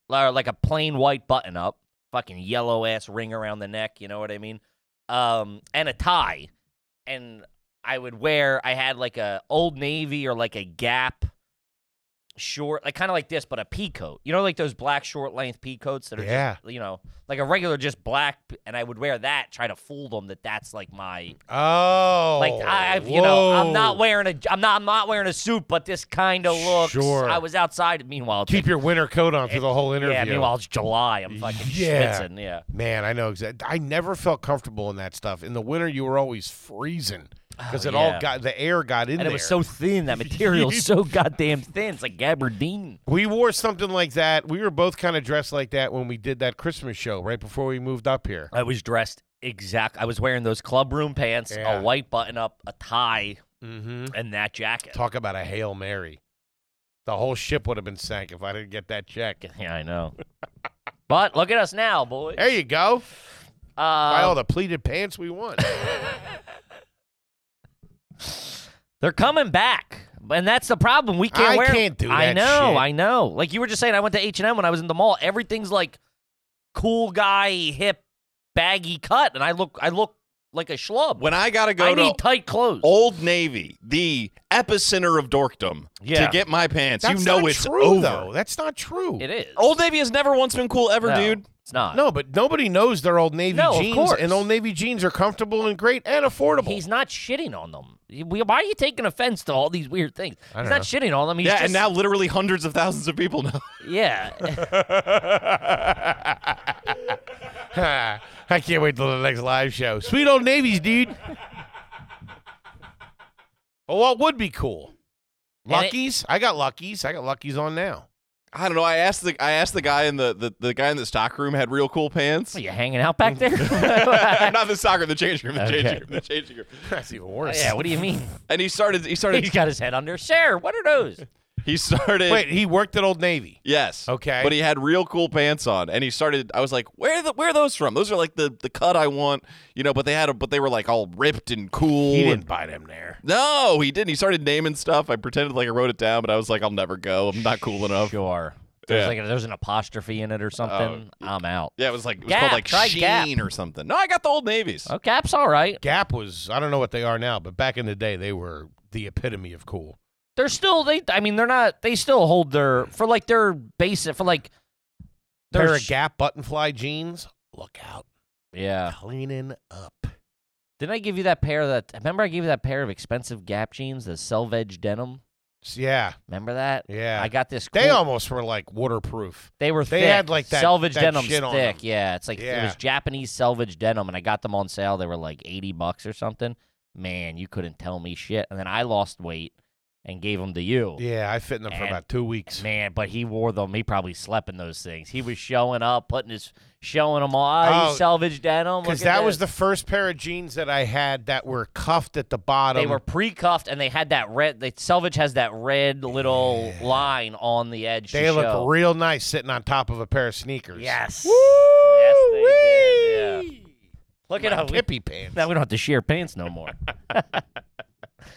Speaker 1: or like a plain white button up, fucking yellow ass ring around the neck. You know what I mean? Um, and a tie, and I would wear. I had like a old navy or like a Gap short, like kind of like this, but a pea coat. You know, like those black short length pea coats that are
Speaker 2: Yeah.
Speaker 1: just, you know, like a regular just black. And I would wear that, try to fool them that that's like my
Speaker 2: Oh,
Speaker 1: like I, I've, you know, I'm not
Speaker 2: whoa.
Speaker 1: wearing a, I'm not, I'm not wearing a suit, but this kind of looks.
Speaker 2: Sure.
Speaker 1: I was outside. Meanwhile, it's
Speaker 2: Keep your winter coat on through the whole
Speaker 1: like-
Speaker 2: interview.
Speaker 1: yeah. Meanwhile, it's July. I'm fucking
Speaker 2: Yeah.
Speaker 1: schwitzing. Yeah.
Speaker 2: Man, I know exactly. I never felt comfortable in that stuff. In the winter, you were always freezing because
Speaker 1: Oh,
Speaker 2: it all
Speaker 1: yeah.
Speaker 2: got the air got
Speaker 1: And
Speaker 2: in there.
Speaker 1: it was so thin. That material's so goddamn thin. It's like gabardine.
Speaker 2: we wore something like that. We were both kind of dressed like that when we did that Christmas show right before we moved up here.
Speaker 1: I was dressed exact. I was wearing those club room pants,
Speaker 2: Yeah.
Speaker 1: a white button up, a tie,
Speaker 2: Mm-hmm.
Speaker 1: and that jacket.
Speaker 2: Talk about a hail mary. The whole ship would have been sank if I didn't get that check.
Speaker 1: Yeah, I know. but look at us now, boys.
Speaker 2: There you go. Buy
Speaker 1: Uh,
Speaker 2: all the pleated pants we want.
Speaker 1: They're coming back, and that's the problem. We can't
Speaker 2: I
Speaker 1: wear.
Speaker 2: can't do
Speaker 1: I
Speaker 2: that
Speaker 1: know,
Speaker 2: shit.
Speaker 1: I know. Like you were just saying, I went to H and M when I was in the mall. Everything's like cool guy, hip, baggy cut, and I look, I look like a schlub.
Speaker 4: When I gotta go
Speaker 1: I
Speaker 4: to
Speaker 1: need tight clothes.
Speaker 4: Old Navy, the epicenter of dorkdom,
Speaker 1: Yeah.
Speaker 4: to get my pants,
Speaker 2: That's
Speaker 4: you know
Speaker 2: not
Speaker 4: it's
Speaker 2: true,
Speaker 4: over.
Speaker 2: though. That's not true.
Speaker 1: it is
Speaker 4: Old Navy has never once been cool ever,
Speaker 1: No,
Speaker 4: dude.
Speaker 1: It's not.
Speaker 2: No, but nobody knows their old navy
Speaker 1: No, of
Speaker 2: jeans,
Speaker 1: course.
Speaker 2: and old navy jeans are comfortable and great and affordable.
Speaker 1: He's not shitting on them. You- we- Why are you taking offense to all these weird things?
Speaker 2: I
Speaker 1: He's
Speaker 2: don't
Speaker 1: not shitting on them. He's
Speaker 4: yeah,
Speaker 1: just,
Speaker 4: and now literally hundreds of thousands of people know.
Speaker 1: yeah.
Speaker 2: I can't wait till the next live show. Sweet old navies, dude. well, what would be cool?
Speaker 1: And it-
Speaker 2: Luckies. I got luckies. I got luckies on now.
Speaker 4: I don't know. I asked the I asked the guy in the the, the guy in the stock room had real cool pants.
Speaker 1: Are you hanging out back there?
Speaker 4: Not the stock room, the changing room, the
Speaker 1: Okay.
Speaker 4: changing room, the changing room.
Speaker 2: That's even worse.
Speaker 1: yeah. What do you mean?
Speaker 4: And he started he started
Speaker 1: He's got his head under. Sir, what are those?
Speaker 4: he started
Speaker 2: Wait, he worked at Old Navy.
Speaker 4: Yes.
Speaker 2: Okay.
Speaker 4: But he had real cool pants on, and he started. I was like, "Where are the, where are those from? Those are like the the cut I want, you know." But they had, a, but they were like all ripped and cool.
Speaker 2: He
Speaker 4: and-
Speaker 2: didn't buy them there.
Speaker 4: no, he didn't. He started naming stuff. I pretended like I wrote it down, but I was like, "I'll never go. I'm not cool enough."
Speaker 1: Sure. There's
Speaker 4: Yeah.
Speaker 1: like a, there's an apostrophe in it or something.
Speaker 2: Oh.
Speaker 1: I'm out.
Speaker 4: Yeah, it was like it was
Speaker 1: Gap,
Speaker 4: called like
Speaker 1: try
Speaker 4: Sheen
Speaker 1: Gap.
Speaker 4: or something. No, I got the old navies.
Speaker 1: Oh, Cap's all right.
Speaker 2: Gap was. I don't know what they are now, but back in the day, they were the epitome of cool.
Speaker 1: They're still they. I mean, they're not. They still hold their for like their basic for like. their
Speaker 2: Pair of
Speaker 1: sh-
Speaker 2: Gap button fly jeans. Look out,
Speaker 1: Yeah.
Speaker 2: cleaning up.
Speaker 1: Didn't I give you that pair that? Remember I gave you that pair of expensive Gap jeans, the selvage denim.
Speaker 2: Yeah,
Speaker 1: Remember that?
Speaker 2: yeah.
Speaker 1: I got this.
Speaker 2: They
Speaker 1: cool-
Speaker 2: almost were like waterproof.
Speaker 1: They were
Speaker 2: They
Speaker 1: thick.
Speaker 2: had, like, that-
Speaker 1: selvage
Speaker 2: that
Speaker 1: denim
Speaker 2: shit
Speaker 1: thick.
Speaker 2: on them.
Speaker 1: Yeah, it's like it
Speaker 2: Yeah.
Speaker 1: was Japanese selvage denim, and I got them on sale. They were like eighty bucks or something. Man, you couldn't tell me shit. And then I lost weight, and gave them to you.
Speaker 2: Yeah, I fit in them for
Speaker 1: And-
Speaker 2: about two weeks.
Speaker 1: Man, but he wore them. He probably slept in those things. He was showing up, putting his, showing them all. Oh,
Speaker 2: Oh,
Speaker 1: you salvaged denim.
Speaker 2: Because
Speaker 1: look at
Speaker 2: that was the
Speaker 1: this."
Speaker 2: first pair of jeans that I had that were cuffed at the bottom.
Speaker 1: They were pre-cuffed and they had that red. The selvage has that red little line on the edge.
Speaker 2: They
Speaker 1: to
Speaker 2: look
Speaker 1: show.
Speaker 2: real nice sitting on top of a pair of sneakers.
Speaker 1: Yes. Yes, they did. Yeah. Look at how we,
Speaker 2: Kippy pants.
Speaker 1: now we don't have to share pants no more.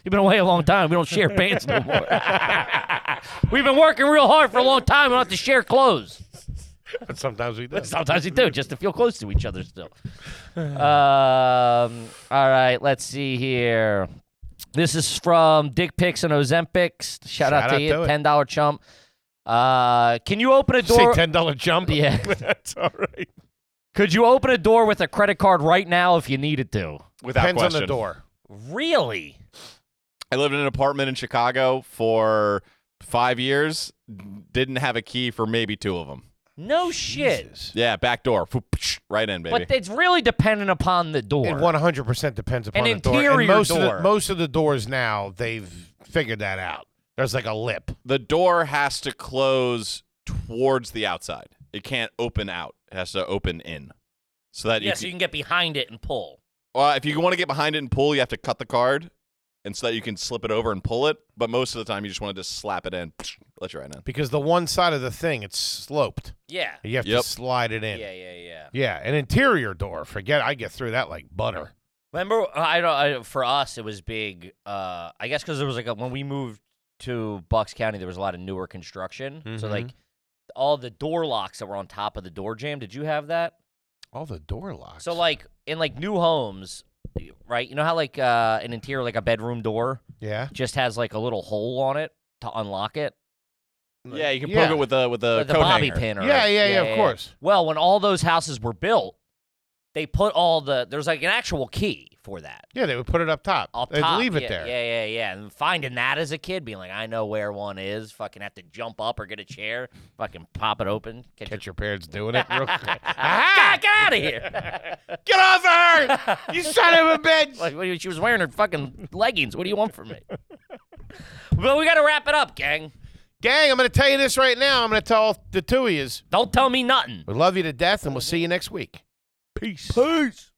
Speaker 1: You've been away a long time. We don't share pants no more. We've been working real hard for a long time. We don't have to share clothes.
Speaker 2: But sometimes we do.
Speaker 1: Sometimes we do, just to feel close to each other still. Um, all right, let's see here. This is from Dick Pics and Ozempics. Shout, out
Speaker 2: Shout
Speaker 1: to
Speaker 2: out
Speaker 1: you,
Speaker 2: to it.
Speaker 1: $10 chump. Uh, can you open a
Speaker 2: Say
Speaker 1: door?
Speaker 2: ten dollar jump.
Speaker 1: Yeah.
Speaker 2: that's all right.
Speaker 1: Could you open a door with a credit card right now if you needed to?
Speaker 4: Without
Speaker 2: Depends
Speaker 4: question.
Speaker 2: on the door.
Speaker 1: Really?
Speaker 4: I lived in an apartment in Chicago for five years. Didn't have a key for maybe two of them.
Speaker 1: No Oh, shit.
Speaker 2: Jesus.
Speaker 4: Yeah, back door, Foop, psh, right in, baby.
Speaker 1: But it's really dependent upon the door.
Speaker 2: It one hundred percent depends upon
Speaker 1: An
Speaker 2: the door. And
Speaker 1: interior
Speaker 2: most Of
Speaker 1: door.
Speaker 2: the, most of the doors now they've figured that out. There's like a lip.
Speaker 4: the door has to close towards the outside. It can't open out. It has to open in, so that
Speaker 1: yeah,
Speaker 4: you.
Speaker 1: so
Speaker 4: Can,
Speaker 1: you can get behind it and pull.
Speaker 4: uh, if you want to get behind it and pull, you have to cut the card, and so that you can slip it over and pull it. But most of the time, you just want to just slap it in, psh, let you right in.
Speaker 2: Because the one side of the thing it's sloped.
Speaker 1: Yeah.
Speaker 2: You have to
Speaker 4: Yep.
Speaker 2: slide it in.
Speaker 1: Yeah, yeah, yeah.
Speaker 2: Yeah, an interior door. Forget I get through that like butter.
Speaker 1: Remember, uh, I don't. I, for us, it was big. Uh, I guess because there was like a, when we moved to Bucks County, there was a lot of newer construction. So
Speaker 2: Mhm.
Speaker 1: like all the door locks that were on top of the door jam. Did you have that?
Speaker 2: All the door locks.
Speaker 1: So like in like new homes, right? You know how like uh, an interior like a bedroom door
Speaker 2: yeah,
Speaker 1: just has like a little hole on it to unlock it,
Speaker 4: Yeah, you can
Speaker 2: Yeah.
Speaker 4: poke it with a with a
Speaker 1: Like the
Speaker 4: coat
Speaker 1: bobby
Speaker 4: hanger.
Speaker 1: pin. Or
Speaker 2: Yeah, yeah, yeah, of course.
Speaker 1: Well, when all those houses were built, they put all the there's like an actual key for that.
Speaker 2: yeah, they would put it up top.
Speaker 1: up
Speaker 2: They'd
Speaker 1: top.
Speaker 2: leave it
Speaker 1: yeah,
Speaker 2: there.
Speaker 1: Yeah, yeah, yeah. And finding that as a kid, being like, I know where one is. Fucking have to jump up or get a chair. Fucking pop it open. Catch,
Speaker 2: Catch your parents doing it Ah! real quick.
Speaker 1: God, get out of here!
Speaker 2: Get off her! You son of a bitch!
Speaker 1: like what- she was wearing her fucking leggings. What do you want from me? well, we gotta wrap it up, gang.
Speaker 2: Gang, I'm going to tell you this right now. I'm going to tell the two of you.
Speaker 1: Don't tell me nothing.
Speaker 2: We love you to death, and we'll see you next week. Peace.
Speaker 1: Peace.